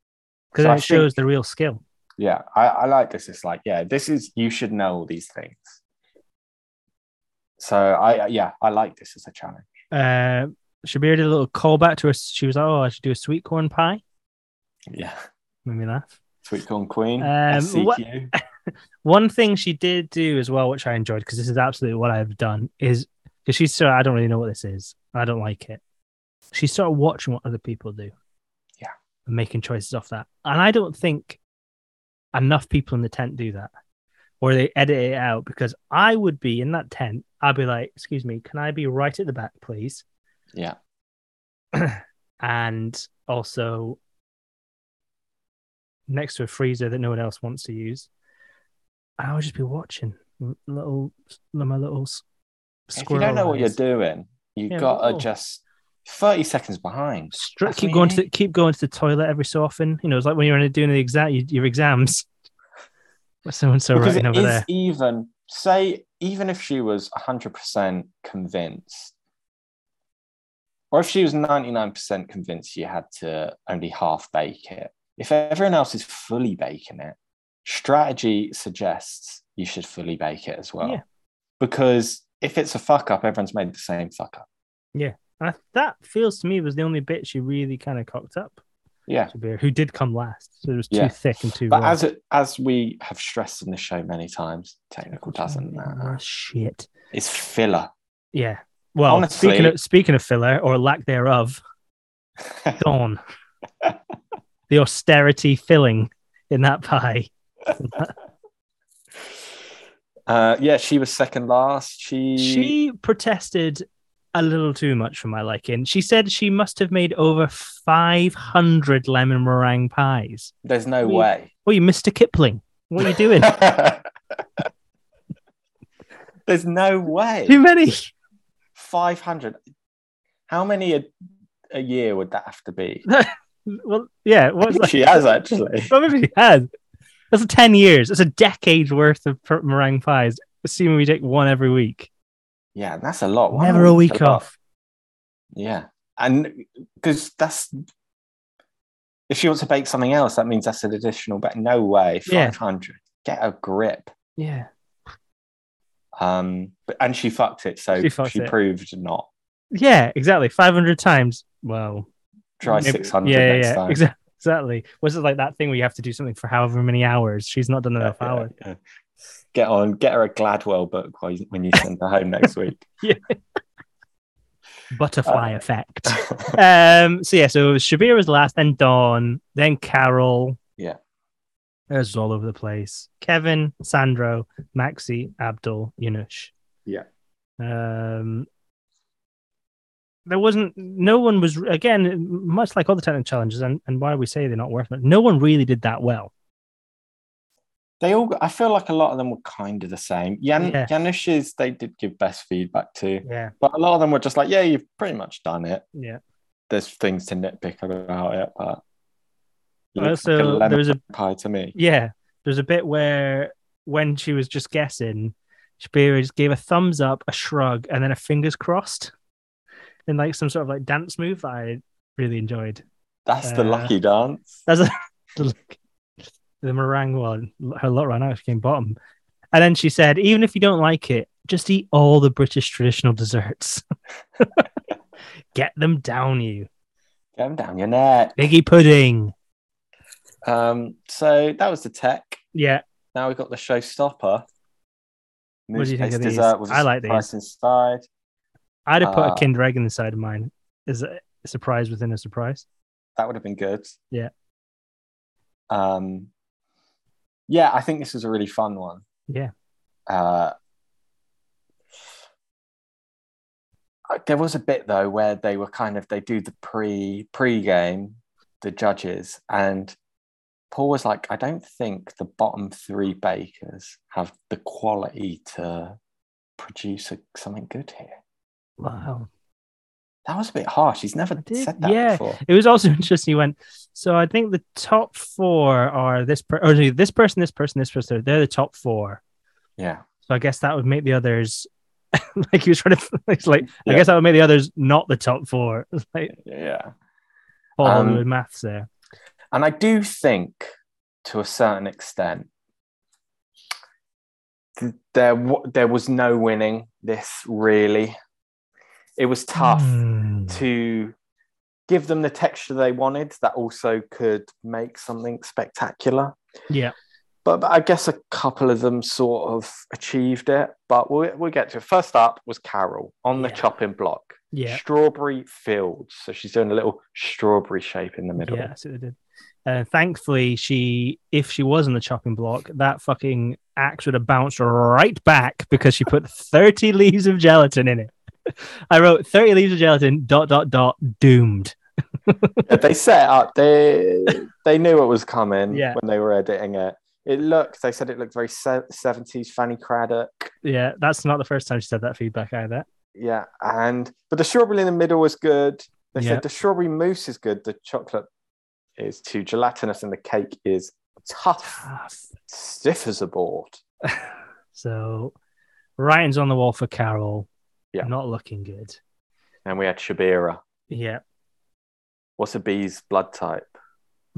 Speaker 1: because
Speaker 2: So I
Speaker 1: it shows
Speaker 2: think-
Speaker 1: the real skill.
Speaker 2: Yeah, I, I like this. It's like, yeah, this is you should know all these things. So I yeah, I like this as a challenge.
Speaker 1: Uh, Shabir did a little callback to her. She was like, "Oh, I should do a sweet corn pie."
Speaker 2: Yeah.
Speaker 1: Made me laugh.
Speaker 2: Sweet corn queen.
Speaker 1: Um, what-
Speaker 2: SCQ.
Speaker 1: One thing she did do as well, which I enjoyed, because this is absolutely what I've done, is because she's so I don't really know what this is. I don't like it. She started watching what other people do.
Speaker 2: Yeah.
Speaker 1: And making choices off that, and I don't think enough people in the tent do that, or they edit it out. Because I would be in that tent. I'd be like, "Excuse me, can I be right at the back, please?"
Speaker 2: Yeah.
Speaker 1: and also next to a freezer that no one else wants to use. And I would just be watching l- little my little s-
Speaker 2: If
Speaker 1: squirrel.
Speaker 2: you don't know what you're
Speaker 1: eyes.
Speaker 2: doing, you
Speaker 1: Yeah,
Speaker 2: gotta
Speaker 1: no.
Speaker 2: just thirty seconds behind.
Speaker 1: Str-
Speaker 2: That's
Speaker 1: keep
Speaker 2: what
Speaker 1: going
Speaker 2: you
Speaker 1: to the, keep going to the toilet every so often. You know, it's like when you're doing the exam, you, your exams. What's so and so
Speaker 2: because it
Speaker 1: writing
Speaker 2: is
Speaker 1: over there?
Speaker 2: even say even if she was hundred percent convinced, Or if she was 99% convinced you had to only half bake it, if everyone else is fully baking it, strategy suggests you should fully bake it as well.
Speaker 1: Yeah.
Speaker 2: Because if it's a fuck up, everyone's made the same fuck up.
Speaker 1: And I, that feels to me was the only bit she really kind of cocked up.
Speaker 2: Yeah.
Speaker 1: To be, who did come last? So it was too
Speaker 2: Yeah.
Speaker 1: thick and too.
Speaker 2: But
Speaker 1: raw.
Speaker 2: as it, as we have stressed in the show many times, technical doesn't
Speaker 1: Ah,
Speaker 2: matter.
Speaker 1: shit.
Speaker 2: It's filler.
Speaker 1: Yeah. Well,
Speaker 2: Honestly-
Speaker 1: speaking of, speaking of filler or lack thereof, Dawn, the austerity filling in that pie.
Speaker 2: Uh, yeah, she was second last. She,
Speaker 1: She protested a little too much for my liking. She said she must have made over 500 lemon meringue pies.
Speaker 2: there's no
Speaker 1: We-
Speaker 2: way.
Speaker 1: Oh, you Mr. Kipling. What are you doing?
Speaker 2: there's no way.
Speaker 1: too many.
Speaker 2: Five hundred. How many a, a year would that have to be?
Speaker 1: Well, yeah.
Speaker 2: I
Speaker 1: What's
Speaker 2: think
Speaker 1: that?
Speaker 2: she has actually.
Speaker 1: Well, maybe she has. That's 10 years. That's a decade worth of per- meringue pies, assuming we take one every week.
Speaker 2: Yeah, and that's a lot. One
Speaker 1: Never a
Speaker 2: week's
Speaker 1: week
Speaker 2: lot.
Speaker 1: off.
Speaker 2: Yeah, and because that's if she wants to bake something else, that means that's an additional. But no way,
Speaker 1: Yeah.
Speaker 2: five hundred. Get a grip.
Speaker 1: Yeah.
Speaker 2: Um, but, and she fucked it, so
Speaker 1: She
Speaker 2: she,
Speaker 1: fucked it.
Speaker 2: proved not.
Speaker 1: Yeah, exactly. 500 times. Wow.
Speaker 2: Try
Speaker 1: Maybe-
Speaker 2: six hundred
Speaker 1: Yeah, yeah,
Speaker 2: next
Speaker 1: yeah.
Speaker 2: time.
Speaker 1: Exa- Exactly. Was it like that thing where you have to do something for however many hours? She's not done
Speaker 2: Yeah,
Speaker 1: enough
Speaker 2: yeah,
Speaker 1: hours.
Speaker 2: yeah. Get on, get her a Gladwell book while you- when you send her home next week. Uh,
Speaker 1: Butterfly effect. Um. So yeah. So Shabir was last, then Dawn, then Carol.
Speaker 2: Yeah.
Speaker 1: It was all over the place. Kevin, Sandro, Maxi, Abdul, Yunush.
Speaker 2: Yeah.
Speaker 1: Um. There wasn't. No one was again. Much like other talent challenges, and, and why we say they're not worth it. No one really did that well.
Speaker 2: they all, I feel like a lot of them were kind of the same. Jan,
Speaker 1: Yeah.
Speaker 2: Janusz's, they did give best feedback to,
Speaker 1: Yeah.
Speaker 2: but a lot of them were just like, yeah, you've pretty much done it.
Speaker 1: Yeah.
Speaker 2: There's things to nitpick about it, but it looks like a
Speaker 1: Also,
Speaker 2: lemon
Speaker 1: there was a
Speaker 2: pie to me.
Speaker 1: Uh, Yeah, there's a bit where when she was just guessing, Shapiro just gave a thumbs up, a shrug, and then a fingers crossed, in like some sort of like dance move that I really enjoyed.
Speaker 2: That's the
Speaker 1: Uh,
Speaker 2: lucky dance.
Speaker 1: That's a, the, the meringue one. Her lot right now she came bottom, and then she said, even if you don't like it, just eat all the British traditional desserts. Get them down you,
Speaker 2: Get 'em down your neck.
Speaker 1: Biggie pudding.
Speaker 2: Um, so that was the tech.
Speaker 1: Yeah,
Speaker 2: Now we've got the showstopper.
Speaker 1: What do you think of
Speaker 2: Moose-based
Speaker 1: these?
Speaker 2: dessert with a
Speaker 1: I like
Speaker 2: surprise Inside.
Speaker 1: I'd have put a
Speaker 2: Uh,
Speaker 1: Kinder Egg inside of mine. Is a surprise within a surprise.
Speaker 2: That would have been good.
Speaker 1: Yeah.
Speaker 2: Um, yeah, I think this was a really fun one.
Speaker 1: Yeah.
Speaker 2: Uh, I- there was a bit though where they were kind of they do the pre pre game, the judges, and Paul was like, I don't think the bottom three bakers have the quality to produce a, something good here.
Speaker 1: Wow.
Speaker 2: That was a bit harsh. He's never
Speaker 1: I did-
Speaker 2: said that
Speaker 1: yeah.
Speaker 2: before.
Speaker 1: It was also interesting. He went, so I think the top four are this per- or sorry, this person, this person, this person. They're the top four.
Speaker 2: Yeah.
Speaker 1: So I guess that would make the others like he was trying to it's like I
Speaker 2: Yeah.
Speaker 1: guess that would make the others not the top four. It's like
Speaker 2: Yeah.
Speaker 1: Paul
Speaker 2: Um,
Speaker 1: Hollywood maths there.
Speaker 2: And I do think, to a certain extent, th- there wa- there was no winning this. Really, it was tough
Speaker 1: Hmm.
Speaker 2: to give them the texture they wanted that also could make something spectacular.
Speaker 1: Yeah.
Speaker 2: But, but I guess a couple of them sort of achieved it. But we'll, we'll get to it. First up was Carol on the
Speaker 1: Yeah.
Speaker 2: chopping block,
Speaker 1: Yeah.
Speaker 2: strawberry fields. So she's doing a little strawberry shape in the middle.
Speaker 1: Yeah, that's what they did. And thankfully, she, if she was on the chopping block, that fucking axe would have bounced right back because she put 30 leaves of gelatin in it. I wrote 30 leaves of gelatin, dot, dot, dot, doomed.
Speaker 2: If they set it up. They they knew it was coming
Speaker 1: Yeah.
Speaker 2: when they were editing it. It looked. They said it looked very seventies Fanny Craddock.
Speaker 1: Yeah, that's not the first time she said that feedback either.
Speaker 2: Yeah, and but the strawberry in the middle was good. They
Speaker 1: Yeah.
Speaker 2: said the strawberry mousse is good. The chocolate is too gelatinous, and the cake is tough,
Speaker 1: Ah,
Speaker 2: stiff as a board.
Speaker 1: so, writing's on the wall for Carol.
Speaker 2: Yeah.
Speaker 1: Not looking good.
Speaker 2: And we had Shabira.
Speaker 1: Yeah.
Speaker 2: What's a bee's blood type?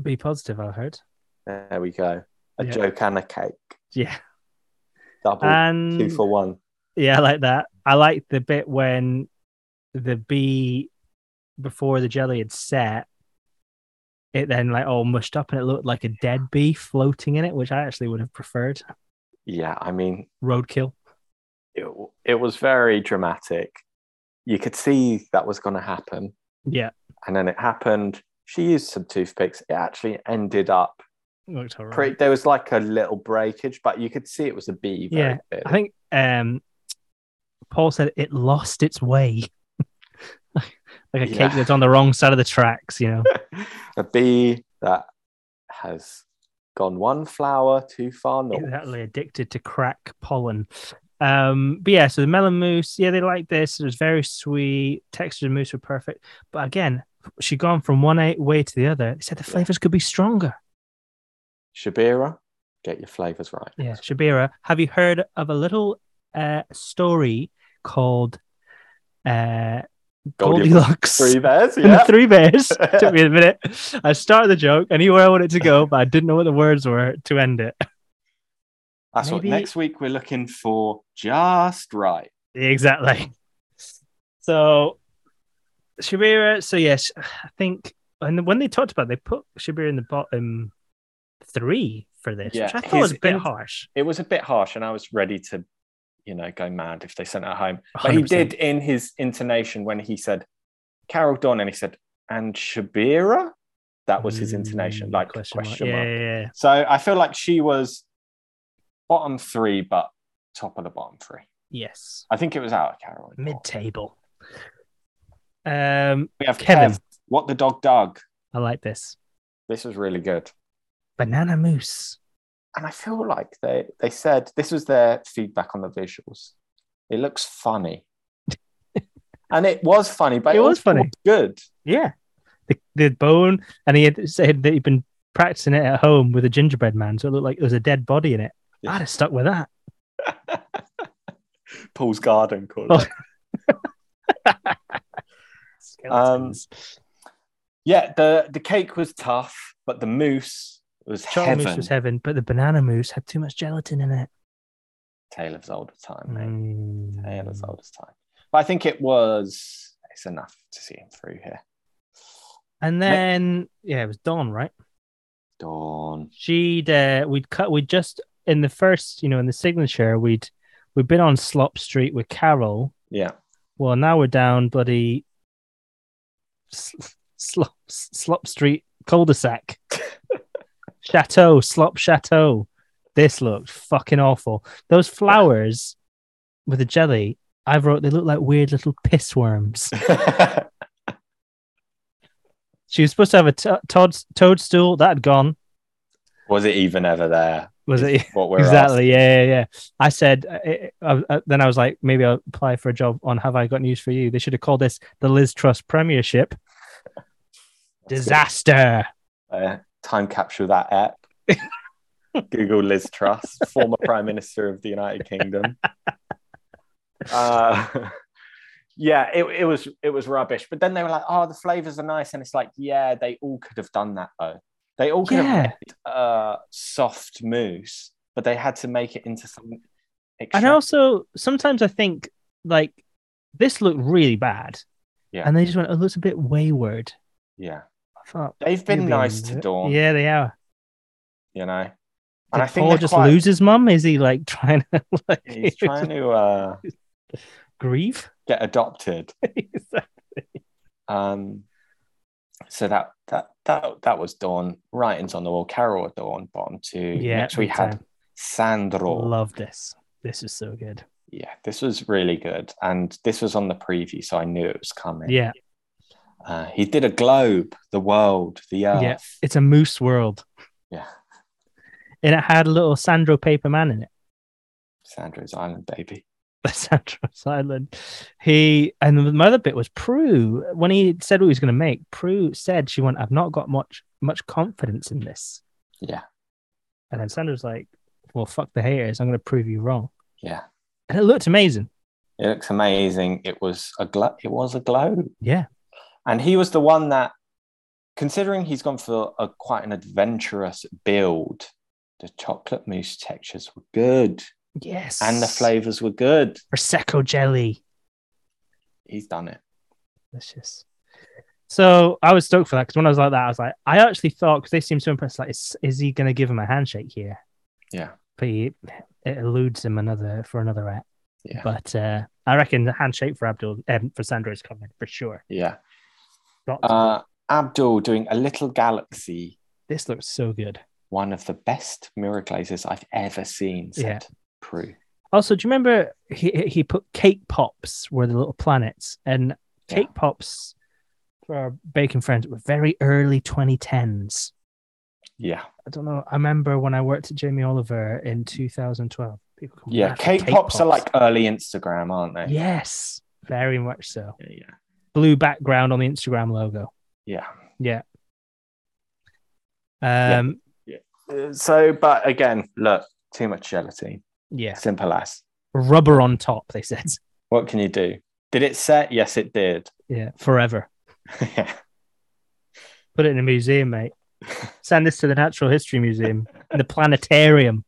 Speaker 1: Be positive, I heard.
Speaker 2: There we go. A
Speaker 1: Yeah.
Speaker 2: joke and a cake.
Speaker 1: Yeah.
Speaker 2: Double Oh, two
Speaker 1: And
Speaker 2: for one.
Speaker 1: yeah, I like that. I like the bit when the bee before the jelly had set, it then like all mushed up and it looked like a dead bee floating in it, which I actually would have preferred.
Speaker 2: Yeah, I mean,
Speaker 1: Roadkill.
Speaker 2: it, it was very dramatic. You could see that was going to happen.
Speaker 1: Yeah.
Speaker 2: And then it happened. She used some toothpicks. It actually ended up
Speaker 1: Looked all right.
Speaker 2: pretty, there was like a little breakage, but you could see it was a bee. Very
Speaker 1: Yeah,
Speaker 2: thin.
Speaker 1: I think um, Paul said it lost its way, like a
Speaker 2: Yeah.
Speaker 1: cake that's on the wrong side of the tracks. You know,
Speaker 2: a bee that has gone one flower too far north.
Speaker 1: exactly addicted to crack pollen. Um, but yeah, so the melon mousse, yeah, they like this. It was very sweet. Texture of the mousse were perfect, but again, she gone from one a- way to the other. They said the
Speaker 2: Yeah.
Speaker 1: flavors could be stronger.
Speaker 2: Shabira, get your flavors right.
Speaker 1: Yeah, Shabira, have you heard of a little uh, story called uh, Goldilocks?
Speaker 2: Three bears,
Speaker 1: and the
Speaker 2: yeah.
Speaker 1: three bears. Took me a minute. I started the joke. I knew where I wanted to go, but I didn't know what the words were to end it.
Speaker 2: That's
Speaker 1: Maybe-
Speaker 2: what next week we're looking for just right.
Speaker 1: Exactly. So Shabira. So yes, I think. And when they talked about, it, they put Shabira in the bottom three for this,
Speaker 2: Yeah,
Speaker 1: which I thought
Speaker 2: his
Speaker 1: was a bit
Speaker 2: in-
Speaker 1: harsh.
Speaker 2: It was a bit harsh, and I was ready to, you know, go mad if they sent her home. But he
Speaker 1: 100%.
Speaker 2: did in his intonation when he said Carol Don and he said, and Shabira? That was his intonation,
Speaker 1: Mm,
Speaker 2: like question,
Speaker 1: Yeah,
Speaker 2: mark.
Speaker 1: yeah, yeah.
Speaker 2: So I feel like she was bottom three, but top of the bottom three.
Speaker 1: Yes,
Speaker 2: I think it was out of Carol.
Speaker 1: mid table. Um,
Speaker 2: We have
Speaker 1: Kevin.
Speaker 2: Kev. What the dog dug.
Speaker 1: I like this
Speaker 2: This was really good.
Speaker 1: banana mousse.
Speaker 2: And I feel like they, they said this was their feedback on the visuals. It looks funny. and it was funny, but
Speaker 1: It
Speaker 2: it,
Speaker 1: was
Speaker 2: also
Speaker 1: funny.
Speaker 2: good.
Speaker 1: Yeah. The, the bone, and he had said that he'd been practicing it at home with a gingerbread man, so it looked like there was a dead body in it.
Speaker 2: Yeah.
Speaker 1: I'd have stuck with that.
Speaker 2: Paul's garden
Speaker 1: Oh,
Speaker 2: call. it.
Speaker 1: Skeletons.
Speaker 2: yeah, the, the cake was tough, but the mousse was
Speaker 1: Chocolate
Speaker 2: heaven.
Speaker 1: mousse was heaven, but the banana mousse had too much gelatin in it.
Speaker 2: Taylor's older time, mate.
Speaker 1: Mm.
Speaker 2: Taylor's oldest time. But I think it was it's enough to see him through here.
Speaker 1: And then, yeah, it was Dawn, right?
Speaker 2: Dawn.
Speaker 1: She'd, uh, we'd cut, we'd just, in the first, you know, in the signature, we'd, we'd been on Slop Street with Carol,
Speaker 2: Yeah.
Speaker 1: Well, now we're down bloody sl- slop, slop street cul-de-sac. chateau, slop chateau. This looked fucking awful. Those flowers with the jelly, I wrote they look like weird little piss worms. She was supposed to have a to- toad- toadstool. That had gone.
Speaker 2: was it even ever there?
Speaker 1: Was it?
Speaker 2: Is What we're
Speaker 1: exactly. Yeah, yeah, yeah. I said, uh, uh, uh, then I was like, maybe I'll apply for a job on Have I Got News for You? They should have called this the Liz Trust Premiership.
Speaker 2: That's
Speaker 1: Disaster.
Speaker 2: asking? Uh, time capture that app. Google Liz Truss, former Prime Minister of the United Kingdom. Uh, yeah, it, it was it was rubbish. But then they were like, "Oh, the flavors are nice," and it's like, "Yeah, they all could have done that though. They all could have
Speaker 1: Yeah.
Speaker 2: uh, soft mousse, but they had to make it into something.
Speaker 1: And
Speaker 2: extra-
Speaker 1: also, sometimes I think like this looked really bad.
Speaker 2: Yeah.
Speaker 1: And they just went, oh, it looks a bit wayward.
Speaker 2: yeah,
Speaker 1: I thought,
Speaker 2: they've
Speaker 1: "You're
Speaker 2: been
Speaker 1: being
Speaker 2: nice
Speaker 1: a
Speaker 2: to
Speaker 1: bit-"
Speaker 2: Dawn,
Speaker 1: Yeah, they are.
Speaker 2: you know. And
Speaker 1: Did
Speaker 2: I think
Speaker 1: Paul
Speaker 2: they're
Speaker 1: just
Speaker 2: quite-
Speaker 1: lose his mum? Is he like trying to like
Speaker 2: He's trying to uh,
Speaker 1: grieve?
Speaker 2: get adopted. Um, so that that that that was Dawn. Writings on the wall. Carol at Dawn. Bottom two.
Speaker 1: yeah.
Speaker 2: Next we
Speaker 1: big
Speaker 2: had
Speaker 1: time.
Speaker 2: Sandro.
Speaker 1: Love this. This is so good.
Speaker 2: Yeah, this was really good, and this was on the preview, so I knew it was coming.
Speaker 1: Yeah.
Speaker 2: Uh, he did a globe, the world, the earth.
Speaker 1: Yeah. It's a moose world.
Speaker 2: Yeah.
Speaker 1: And it had a little Sandro Paper Man in it.
Speaker 2: Sandro's Island, baby.
Speaker 1: Sandro's Island. He and the other bit was Prue. When he said what he was going to make, Prue said she went, "I've not got much much confidence in this."
Speaker 2: Yeah.
Speaker 1: And then Sandro's like, "Well, fuck the haters. I'm going to prove you wrong."
Speaker 2: Yeah.
Speaker 1: And it looked amazing.
Speaker 2: It looks amazing. It was a glo- it was a globe.
Speaker 1: Yeah,
Speaker 2: And he was the one that, considering he's gone for a quite an adventurous build, the chocolate mousse textures were good
Speaker 1: Yes.
Speaker 2: and the flavors were good.
Speaker 1: Prosecco jelly.
Speaker 2: He's done it.
Speaker 1: Delicious. So I was stoked for that because when I was like that, I was like, I actually thought because they seemed so impressed. Like, is, is he going to give him a handshake here?
Speaker 2: Yeah.
Speaker 1: But he, it eludes him another for another act.
Speaker 2: Yeah.
Speaker 1: But uh, I reckon the handshake for Abdul um, for Sandra is coming for sure.
Speaker 2: Yeah.
Speaker 1: Got to.
Speaker 2: Uh, Abdul doing a little galaxy,
Speaker 1: this looks so good.
Speaker 2: one of the best mirror glazes I've ever seen. Said
Speaker 1: Yeah.
Speaker 2: Prue.
Speaker 1: Also, do you remember he he put cake pops were the little planets and
Speaker 2: Yeah.
Speaker 1: cake pops for our bacon friends were very early 2010s.
Speaker 2: Yeah.
Speaker 1: I don't know. I remember when I worked at Jamie Oliver in 2012. People come
Speaker 2: Yeah.
Speaker 1: after
Speaker 2: Cake, pops, are like early Instagram, aren't they?
Speaker 1: yes, very much so.
Speaker 2: Yeah. Yeah.
Speaker 1: Blue background on the Instagram logo.
Speaker 2: yeah.
Speaker 1: Um,
Speaker 2: Uh, so, but again, look, too much gelatine.
Speaker 1: yeah.
Speaker 2: Simple as.
Speaker 1: rubber on top. They said,
Speaker 2: What can you do? Did it set? Yes, it did.
Speaker 1: yeah, forever.
Speaker 2: yeah.
Speaker 1: Put it in a museum, mate. Send this to the Natural History Museum in the planetarium.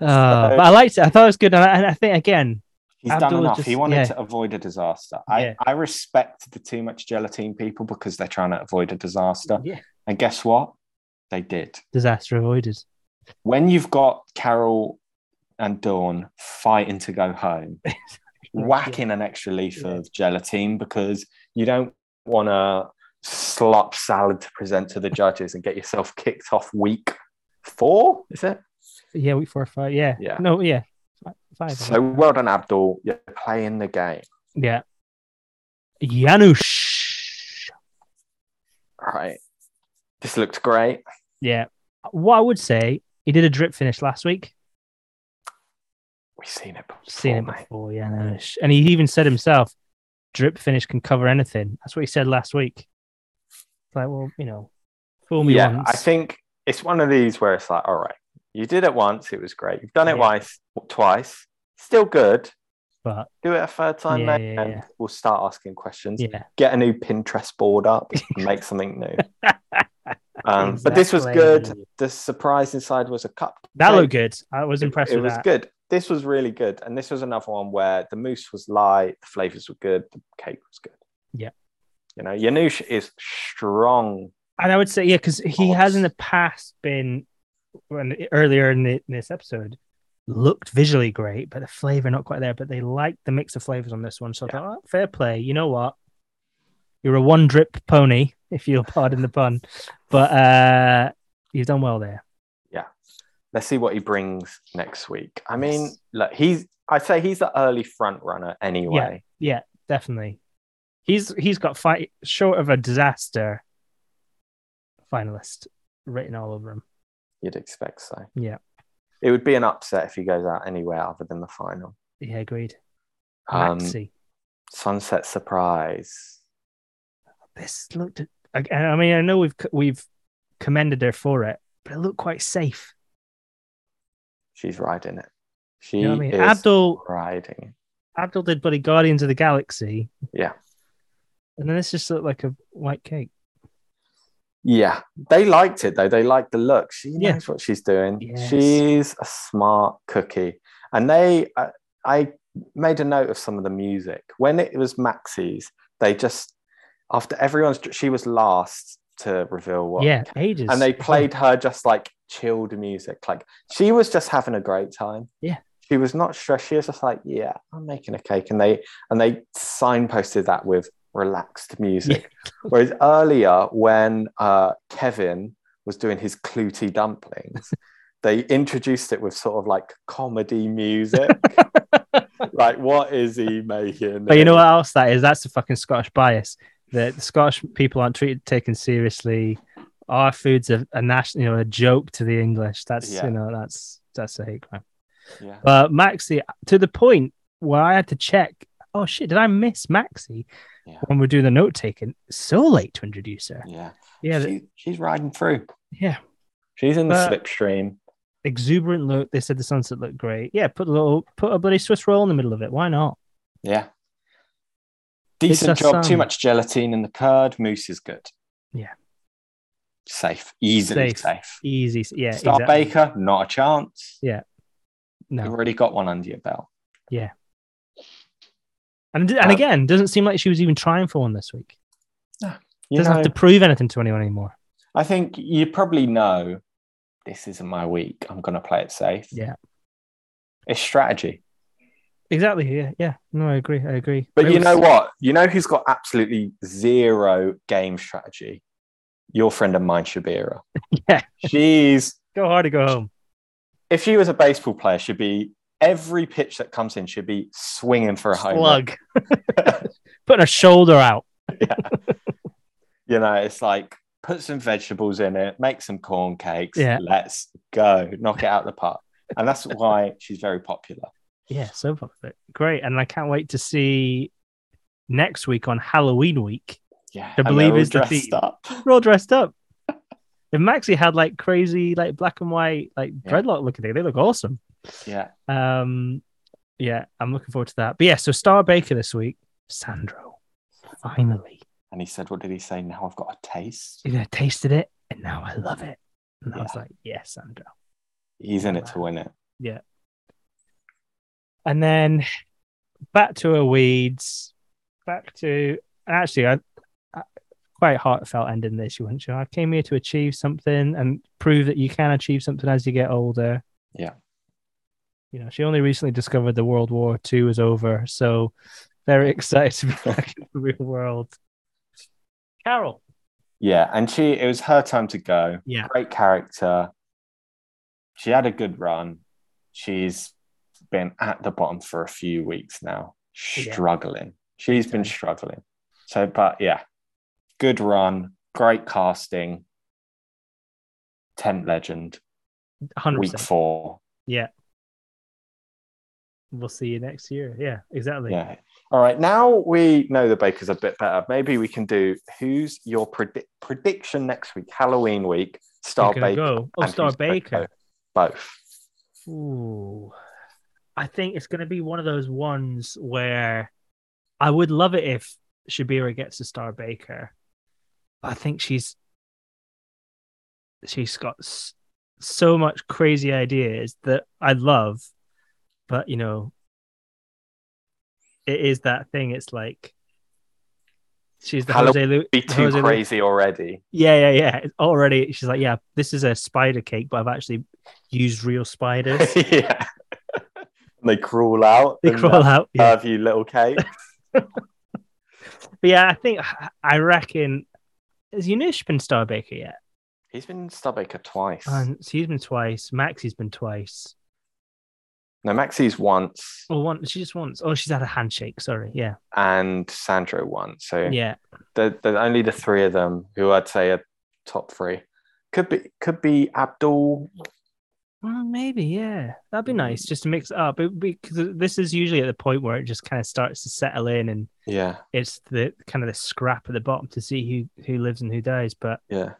Speaker 1: Uh, but I liked it. I thought it was good, and I, and I think again,
Speaker 2: He's
Speaker 1: Abdul
Speaker 2: done enough.
Speaker 1: just-
Speaker 2: he wanted
Speaker 1: yeah.
Speaker 2: to avoid a disaster.
Speaker 1: Yeah.
Speaker 2: I, I respect the too much gelatine people because they're trying to avoid a disaster.
Speaker 1: yeah,
Speaker 2: And guess what? They did.
Speaker 1: disaster avoided.
Speaker 2: When you've got Carol and Dawn fighting to go home, whack in an extra leaf
Speaker 1: Yeah.
Speaker 2: of gelatine because you don't want a slop salad to present to the judges and get yourself kicked off week four, is it?
Speaker 1: Yeah, week four or five. Yeah,
Speaker 2: Yeah.
Speaker 1: no, yeah, Fi- five. I
Speaker 2: So
Speaker 1: think.
Speaker 2: well done, Abdul. You're playing the game.
Speaker 1: yeah, Janusz.
Speaker 2: All right. This looks great.
Speaker 1: Yeah, what I would say, he did a drip finish last week.
Speaker 2: We've seen it before.
Speaker 1: Seen it
Speaker 2: mate.
Speaker 1: before, yeah, no, sh- and he even said himself, drip finish can cover anything. That's what he said last week. It's like, well, you know, fool me
Speaker 2: yeah,
Speaker 1: once.
Speaker 2: I think it's one of these where it's like, all right, you did it once, it was great. You've done it
Speaker 1: Yeah.
Speaker 2: once, twice, still good.
Speaker 1: but
Speaker 2: Do it a third time,
Speaker 1: Yeah,
Speaker 2: mate,
Speaker 1: yeah,
Speaker 2: and
Speaker 1: yeah.
Speaker 2: we'll start asking questions.
Speaker 1: yeah,
Speaker 2: Get a new Pinterest board up and make something new. Um, But this was good.
Speaker 1: Exactly.
Speaker 2: The surprise inside was a cup.
Speaker 1: That
Speaker 2: cake.
Speaker 1: looked good. I was impressed
Speaker 2: It
Speaker 1: with
Speaker 2: was
Speaker 1: that.
Speaker 2: good. This was really good. And this was another one where the mousse was light, the flavors were good, the cake was good.
Speaker 1: Yeah.
Speaker 2: You know, Yanush is strong.
Speaker 1: And I would say, yeah, because he
Speaker 2: Pops.
Speaker 1: has in the past been when earlier in, the, in this episode looked visually great, but the flavor not quite there. But they liked the mix of flavors on this one, so I
Speaker 2: Yeah.
Speaker 1: thought, oh, fair play. You know what? You're a one drip pony, if you'll pardon the pun, but uh you've done well there.
Speaker 2: let's see what he brings next week. I mean,
Speaker 1: Yes.
Speaker 2: look, he's I'd say he's the early front runner anyway.
Speaker 1: Yeah, definitely. He's he's got fight short of a disaster finalist written all over him.
Speaker 2: You'd expect so.
Speaker 1: Yeah.
Speaker 2: It would be an upset if he goes out anywhere other than the final.
Speaker 1: Yeah, agreed.
Speaker 2: Um,
Speaker 1: Maxi.
Speaker 2: sunset surprise.
Speaker 1: this looked I, I mean i know we've we've commended her for it but it looked quite safe
Speaker 2: She's riding it. She
Speaker 1: you know what i mean
Speaker 2: is
Speaker 1: abdul
Speaker 2: riding.
Speaker 1: abdul did bloody guardians of the galaxy
Speaker 2: Yeah.
Speaker 1: and then this just looked like a white cake
Speaker 2: Yeah, they liked it though. They liked the look. She knows
Speaker 1: Yeah.
Speaker 2: what she's doing.
Speaker 1: Yes.
Speaker 2: She's a smart cookie. And they, I, I made a note of some of the music when it was Maxie's. They just after everyone's, she was last to reveal what.
Speaker 1: yeah ages
Speaker 2: and they played her just like chilled music. Like she was just having a great time.
Speaker 1: Yeah.
Speaker 2: she was not stressed. She was just like, yeah, I'm making a cake, and they and they signposted that with relaxed music. Whereas earlier, when uh, Kevin was doing his Clutie dumplings, they introduced it with sort of like comedy music. like, what is he making?
Speaker 1: but you know what else that is that's the fucking scottish bias that the scottish people aren't treated taken seriously our food's a, a national you know a joke to the english that's
Speaker 2: Yeah.
Speaker 1: you know that's that's a hate crime
Speaker 2: Yeah.
Speaker 1: But Maxi, to the point where I had to check, oh shit, did I miss Maxi
Speaker 2: Yeah.
Speaker 1: when we do the note taking? So late to introduce her.
Speaker 2: yeah.
Speaker 1: Yeah, th-
Speaker 2: She- she's riding through.
Speaker 1: yeah.
Speaker 2: She's in the
Speaker 1: But-
Speaker 2: slipstream.
Speaker 1: Exuberant look. They said the sunset looked great. Yeah, put a little, put a bloody Swiss roll in the middle of it. Why not?
Speaker 2: Yeah. Decent
Speaker 1: It's a
Speaker 2: job.
Speaker 1: sum.
Speaker 2: Too much gelatin in the curd. Mousse is good.
Speaker 1: Yeah.
Speaker 2: Safe. Easily
Speaker 1: Safe.
Speaker 2: safe.
Speaker 1: Easy. Yeah.
Speaker 2: Star
Speaker 1: exactly.
Speaker 2: Baker, not a chance. You've
Speaker 1: No.
Speaker 2: already got one under your belt.
Speaker 1: And, and
Speaker 2: Um,
Speaker 1: again, doesn't seem like she was even trying for one this week.
Speaker 2: You
Speaker 1: Doesn't
Speaker 2: know,
Speaker 1: have to prove anything to anyone anymore.
Speaker 2: I think you probably know this isn't my week. I'm going to play it safe.
Speaker 1: Yeah.
Speaker 2: It's strategy.
Speaker 1: Exactly. Yeah. Yeah. No, I agree. I agree.
Speaker 2: But
Speaker 1: I
Speaker 2: you
Speaker 1: was-
Speaker 2: know what? You know who's got absolutely zero game strategy? Your friend of mine, Shabira.
Speaker 1: Yeah.
Speaker 2: She's,
Speaker 1: Go hard or go home.
Speaker 2: if she was a baseball player, she'd be, every pitch that comes in, she'd be swinging for a home run.
Speaker 1: Slug. Putting her shoulder out.
Speaker 2: you know, it's like put some vegetables in it, make some corn cakes.
Speaker 1: Yeah.
Speaker 2: Let's go, knock it out the park. And that's why she's very popular.
Speaker 1: Yeah. So popular. Great. And I can't wait to see next week on Halloween week.
Speaker 2: Yeah,
Speaker 1: The
Speaker 2: and they're all
Speaker 1: believers, the
Speaker 2: dressed
Speaker 1: theme.
Speaker 2: up.
Speaker 1: We're all dressed up. If Maxie had like crazy, like black and white, like
Speaker 2: Yeah.
Speaker 1: dreadlock looking thing, they look awesome.
Speaker 2: Yeah,
Speaker 1: Um, yeah, I'm looking forward to that. But yeah, so Star Baker this week, Sandro, finally,
Speaker 2: and he said, "What did he say? Now I've got a taste."
Speaker 1: you know, tasted it, and now I love it. And I was like, yes, Sandro.
Speaker 2: He's in it to win it.
Speaker 1: And then back to her weeds, back to actually, I, I quite heartfelt ending this. You wouldn't you? I came here to achieve something and prove that you can achieve something as you get older.
Speaker 2: Yeah.
Speaker 1: You know, she only recently discovered the World War II is over, so very excited to be back in the real world. Carol,
Speaker 2: Yeah, and she, it was her time to go.
Speaker 1: Yeah.
Speaker 2: great character. She had a good run. She's been at the bottom for a few weeks now,
Speaker 1: Yeah.
Speaker 2: struggling. She's been
Speaker 1: Okay.
Speaker 2: struggling. So, but yeah, good run, great casting. Tent legend,
Speaker 1: hundred
Speaker 2: week
Speaker 1: percent.
Speaker 2: four.
Speaker 1: We'll see you next year. Yeah, exactly.
Speaker 2: Yeah. All right. Now we know the Bakers a bit better. Maybe we can do who's your predi- prediction next week, Halloween week, Star
Speaker 1: Who's gonna
Speaker 2: Baker.
Speaker 1: go? Oh,
Speaker 2: and
Speaker 1: Star
Speaker 2: who's gonna
Speaker 1: Baker.
Speaker 2: go? Both.
Speaker 1: Ooh. I think it's going to be one of those ones where I would love it if Shabira gets a star Baker. I think she's she's got s- so much crazy ideas that I love, but you know, it is that thing. It's like she's the
Speaker 2: Hello-
Speaker 1: Jose Lu-
Speaker 2: Be too
Speaker 1: Jose Lu-
Speaker 2: crazy already.
Speaker 1: yeah, yeah, yeah. It's Already, she's like, yeah, this is a spider cake, but I've actually used real spiders.
Speaker 2: yeah. they crawl out.
Speaker 1: They
Speaker 2: and
Speaker 1: crawl out. Yeah.
Speaker 2: Have you little cake?
Speaker 1: But yeah, I think I reckon has Unish been Star Baker yet?
Speaker 2: He's been Star Baker twice.
Speaker 1: Um, so he's been twice. Maxie's been twice.
Speaker 2: no, Maxie's once
Speaker 1: Oh, one. She just once. Oh, she's had a handshake. Sorry. Yeah.
Speaker 2: and Sandro once. So
Speaker 1: Yeah.
Speaker 2: the, the only the three of them who I'd say are top three. Could be could be Abdul.
Speaker 1: Well, maybe. Yeah. That'd be nice just to mix it up. It, because this is usually at the point where it just kind of starts to settle in, and
Speaker 2: Yeah.
Speaker 1: it's the kind of the scrap at the bottom to see who who lives and who dies. But
Speaker 2: Yeah.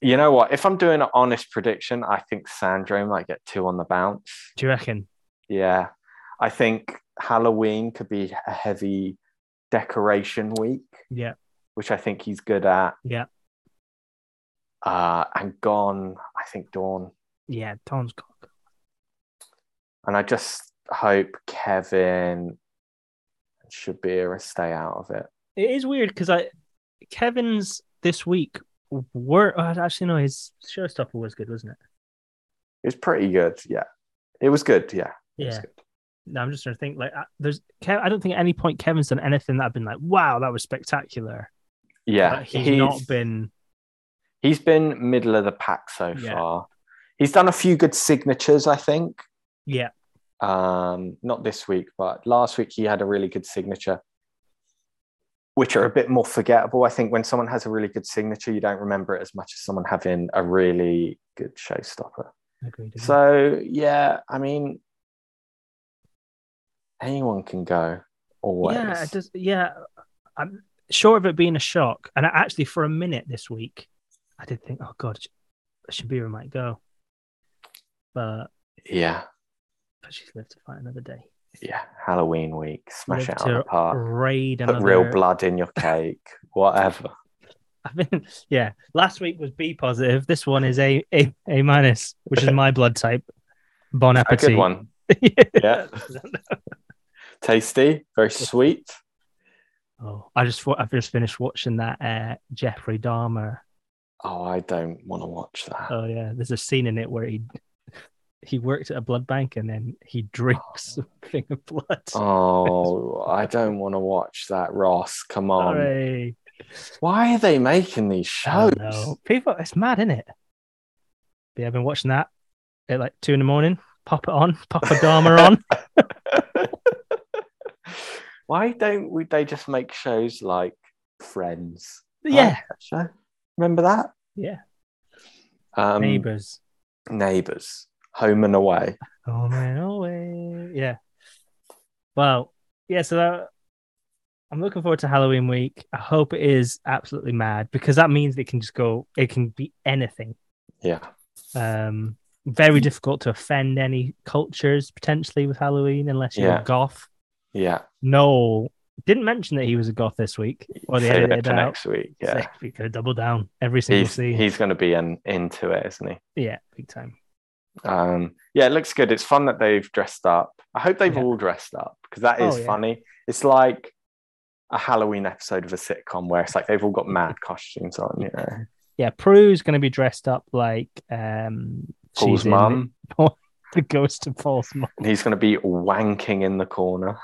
Speaker 2: You know what? If I'm doing an honest prediction, I think Sandro might get two on the bounce.
Speaker 1: do you reckon?
Speaker 2: Yeah. I think Halloween could be a heavy decoration week,
Speaker 1: Yeah.
Speaker 2: which I think he's good at.
Speaker 1: Yeah.
Speaker 2: Uh, and Gone, I think Dawn.
Speaker 1: Yeah. Tom's got.
Speaker 2: And I just hope Kevin and Shabira stay out of it.
Speaker 1: It is weird because I Kevin's this week were oh, actually no his showstopper was good, wasn't it?
Speaker 2: It was pretty good. Yeah. It was good. Yeah. It was
Speaker 1: Yeah.
Speaker 2: good.
Speaker 1: No, I'm just trying to think. Like, I- there's Kev, I don't think at any point Kevin's done anything that I've been like, wow, that was spectacular.
Speaker 2: Yeah.
Speaker 1: But he's, not been.
Speaker 2: He's been middle of the pack so
Speaker 1: Yeah.
Speaker 2: far. He's done a few good signatures, I think.
Speaker 1: Yeah,
Speaker 2: Um, not this week, but last week he had a really good signature, which are a bit more forgettable. I think when someone has a really good signature, you don't remember it as much as someone having a really good showstopper.
Speaker 1: agreed. agreed.
Speaker 2: So yeah, I mean, anyone can go always.
Speaker 1: yeah, it does, yeah. I'm short of it being a shock, and I, actually for a minute this week, I did think, oh god, Sh- Shabira might go, but
Speaker 2: yeah.
Speaker 1: but she's lived to fight another day.
Speaker 2: yeah, Halloween week,
Speaker 1: Live
Speaker 2: smash it out of
Speaker 1: to
Speaker 2: the park,
Speaker 1: Raid
Speaker 2: put
Speaker 1: another.
Speaker 2: real blood in your cake, whatever.
Speaker 1: I mean, yeah. Last week was B positive. This one is A A A minus, which is my blood type. Bon
Speaker 2: A
Speaker 1: appetit.
Speaker 2: good one. Yeah. Tasty, very sweet.
Speaker 1: Oh, I just thought I've just finished watching that uh, Jeffrey Dahmer.
Speaker 2: Oh, I don't want to watch that.
Speaker 1: Oh yeah, there's a scene in it where he he worked at a blood bank and then he drinks a thing of blood.
Speaker 2: Um, Oh, I don't want to watch that, Ross. Come on.
Speaker 1: Sorry.
Speaker 2: Why are they making these
Speaker 1: I
Speaker 2: shows?
Speaker 1: don't know. People, it's mad, isn't it? But yeah, I've been watching that at like two in the morning. Pop it on, pop a Dharma on.
Speaker 2: Why don't we, they just make shows like Friends?
Speaker 1: yeah,
Speaker 2: Right, that show. Remember that?
Speaker 1: Yeah.
Speaker 2: Um,
Speaker 1: neighbors.
Speaker 2: Neighbours. Home and Away.
Speaker 1: Oh man, always. Yeah. Well, yeah. So that, I'm looking forward to Halloween week. I hope it is absolutely mad because that means it can just go. It can be anything.
Speaker 2: Yeah.
Speaker 1: Um, very difficult to offend any cultures potentially with Halloween unless you're
Speaker 2: Yeah.
Speaker 1: a goth.
Speaker 2: Yeah.
Speaker 1: No, didn't mention that he was a goth this week, or they
Speaker 2: Save
Speaker 1: edited
Speaker 2: it
Speaker 1: it
Speaker 2: for
Speaker 1: out.
Speaker 2: next week. Yeah.
Speaker 1: So we could have doubled down every single
Speaker 2: He's,
Speaker 1: scene.
Speaker 2: he's going to be in, into it, isn't he?
Speaker 1: Yeah, big time.
Speaker 2: Um, yeah, it looks good. It's fun that they've dressed up. I hope they've
Speaker 1: Yeah.
Speaker 2: all dressed up because that is
Speaker 1: Oh, yeah.
Speaker 2: funny. It's like a Halloween episode of a sitcom where it's like they've all got mad costumes on, you know.
Speaker 1: Yeah, Prue's going to be dressed up like um,
Speaker 2: Paul's
Speaker 1: she's in
Speaker 2: mum,
Speaker 1: the ghost of Paul's mum.
Speaker 2: and he's going to be wanking in the corner.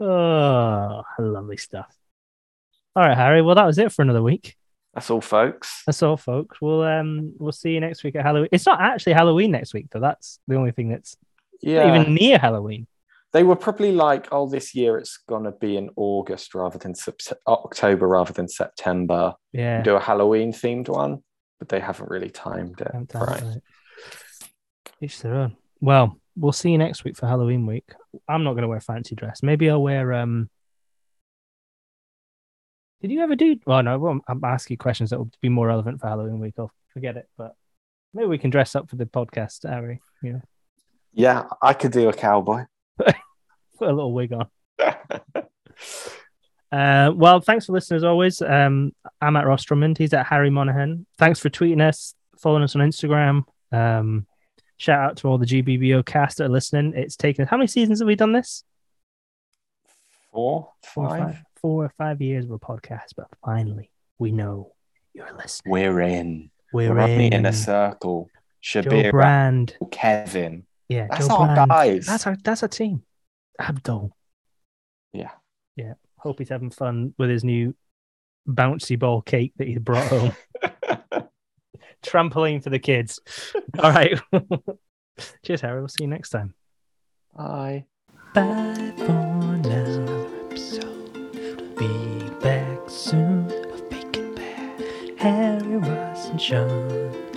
Speaker 1: Oh, lovely stuff. All right, Harry. Well, that was it for another week.
Speaker 2: That's all, folks.
Speaker 1: That's all, folks. We'll um we'll see you next week at Halloween. It's not actually Halloween next week, though. That's the only thing that's not
Speaker 2: Yeah,
Speaker 1: even near Halloween.
Speaker 2: they were probably like, "Oh, this year it's going to be in August rather than Sept- October rather than September."
Speaker 1: Yeah.
Speaker 2: Do a Halloween themed one, but they haven't really timed it.
Speaker 1: Damn time,
Speaker 2: right.
Speaker 1: right. Each their own. Well, we'll see you next week for Halloween week. I'm not going to wear fancy dress. Maybe I'll wear. um Did you ever do? Well, no. I won't- I'm asking questions that will be more relevant for Halloween week. I'll forget it, but maybe we can dress up for the podcast, Harry. You know,
Speaker 2: Yeah, I could do a cowboy.
Speaker 1: put a little wig on. Uh, well, thanks for listening as always. Um, I'm at Ross Drummond. He's at Harry Monaghan. Thanks for tweeting us, following us on Instagram. Um, shout out to all the GBBO cast that are listening. It's taken how many seasons have we done this?
Speaker 2: Four,
Speaker 1: Four or
Speaker 2: five.
Speaker 1: five, four or five years of a podcast, but finally we know you're listening.
Speaker 2: We're in.
Speaker 1: We're,
Speaker 2: We're running
Speaker 1: in.
Speaker 2: in a circle.
Speaker 1: Joe
Speaker 2: Shabir,
Speaker 1: Brand.
Speaker 2: Kevin.
Speaker 1: Yeah,
Speaker 2: That's
Speaker 1: Joe
Speaker 2: our
Speaker 1: Brand.
Speaker 2: guys.
Speaker 1: That's our that's our team. Abdul.
Speaker 2: Yeah.
Speaker 1: Yeah. Hope he's having fun with his new bouncy ball cake that he brought home. Trampoline for the kids. All right. Cheers, Harry. We'll see you next time.
Speaker 2: Bye.
Speaker 1: Bye for now. Episode. Be back soon of Bacon Bear, Harry, Ross, and Sean.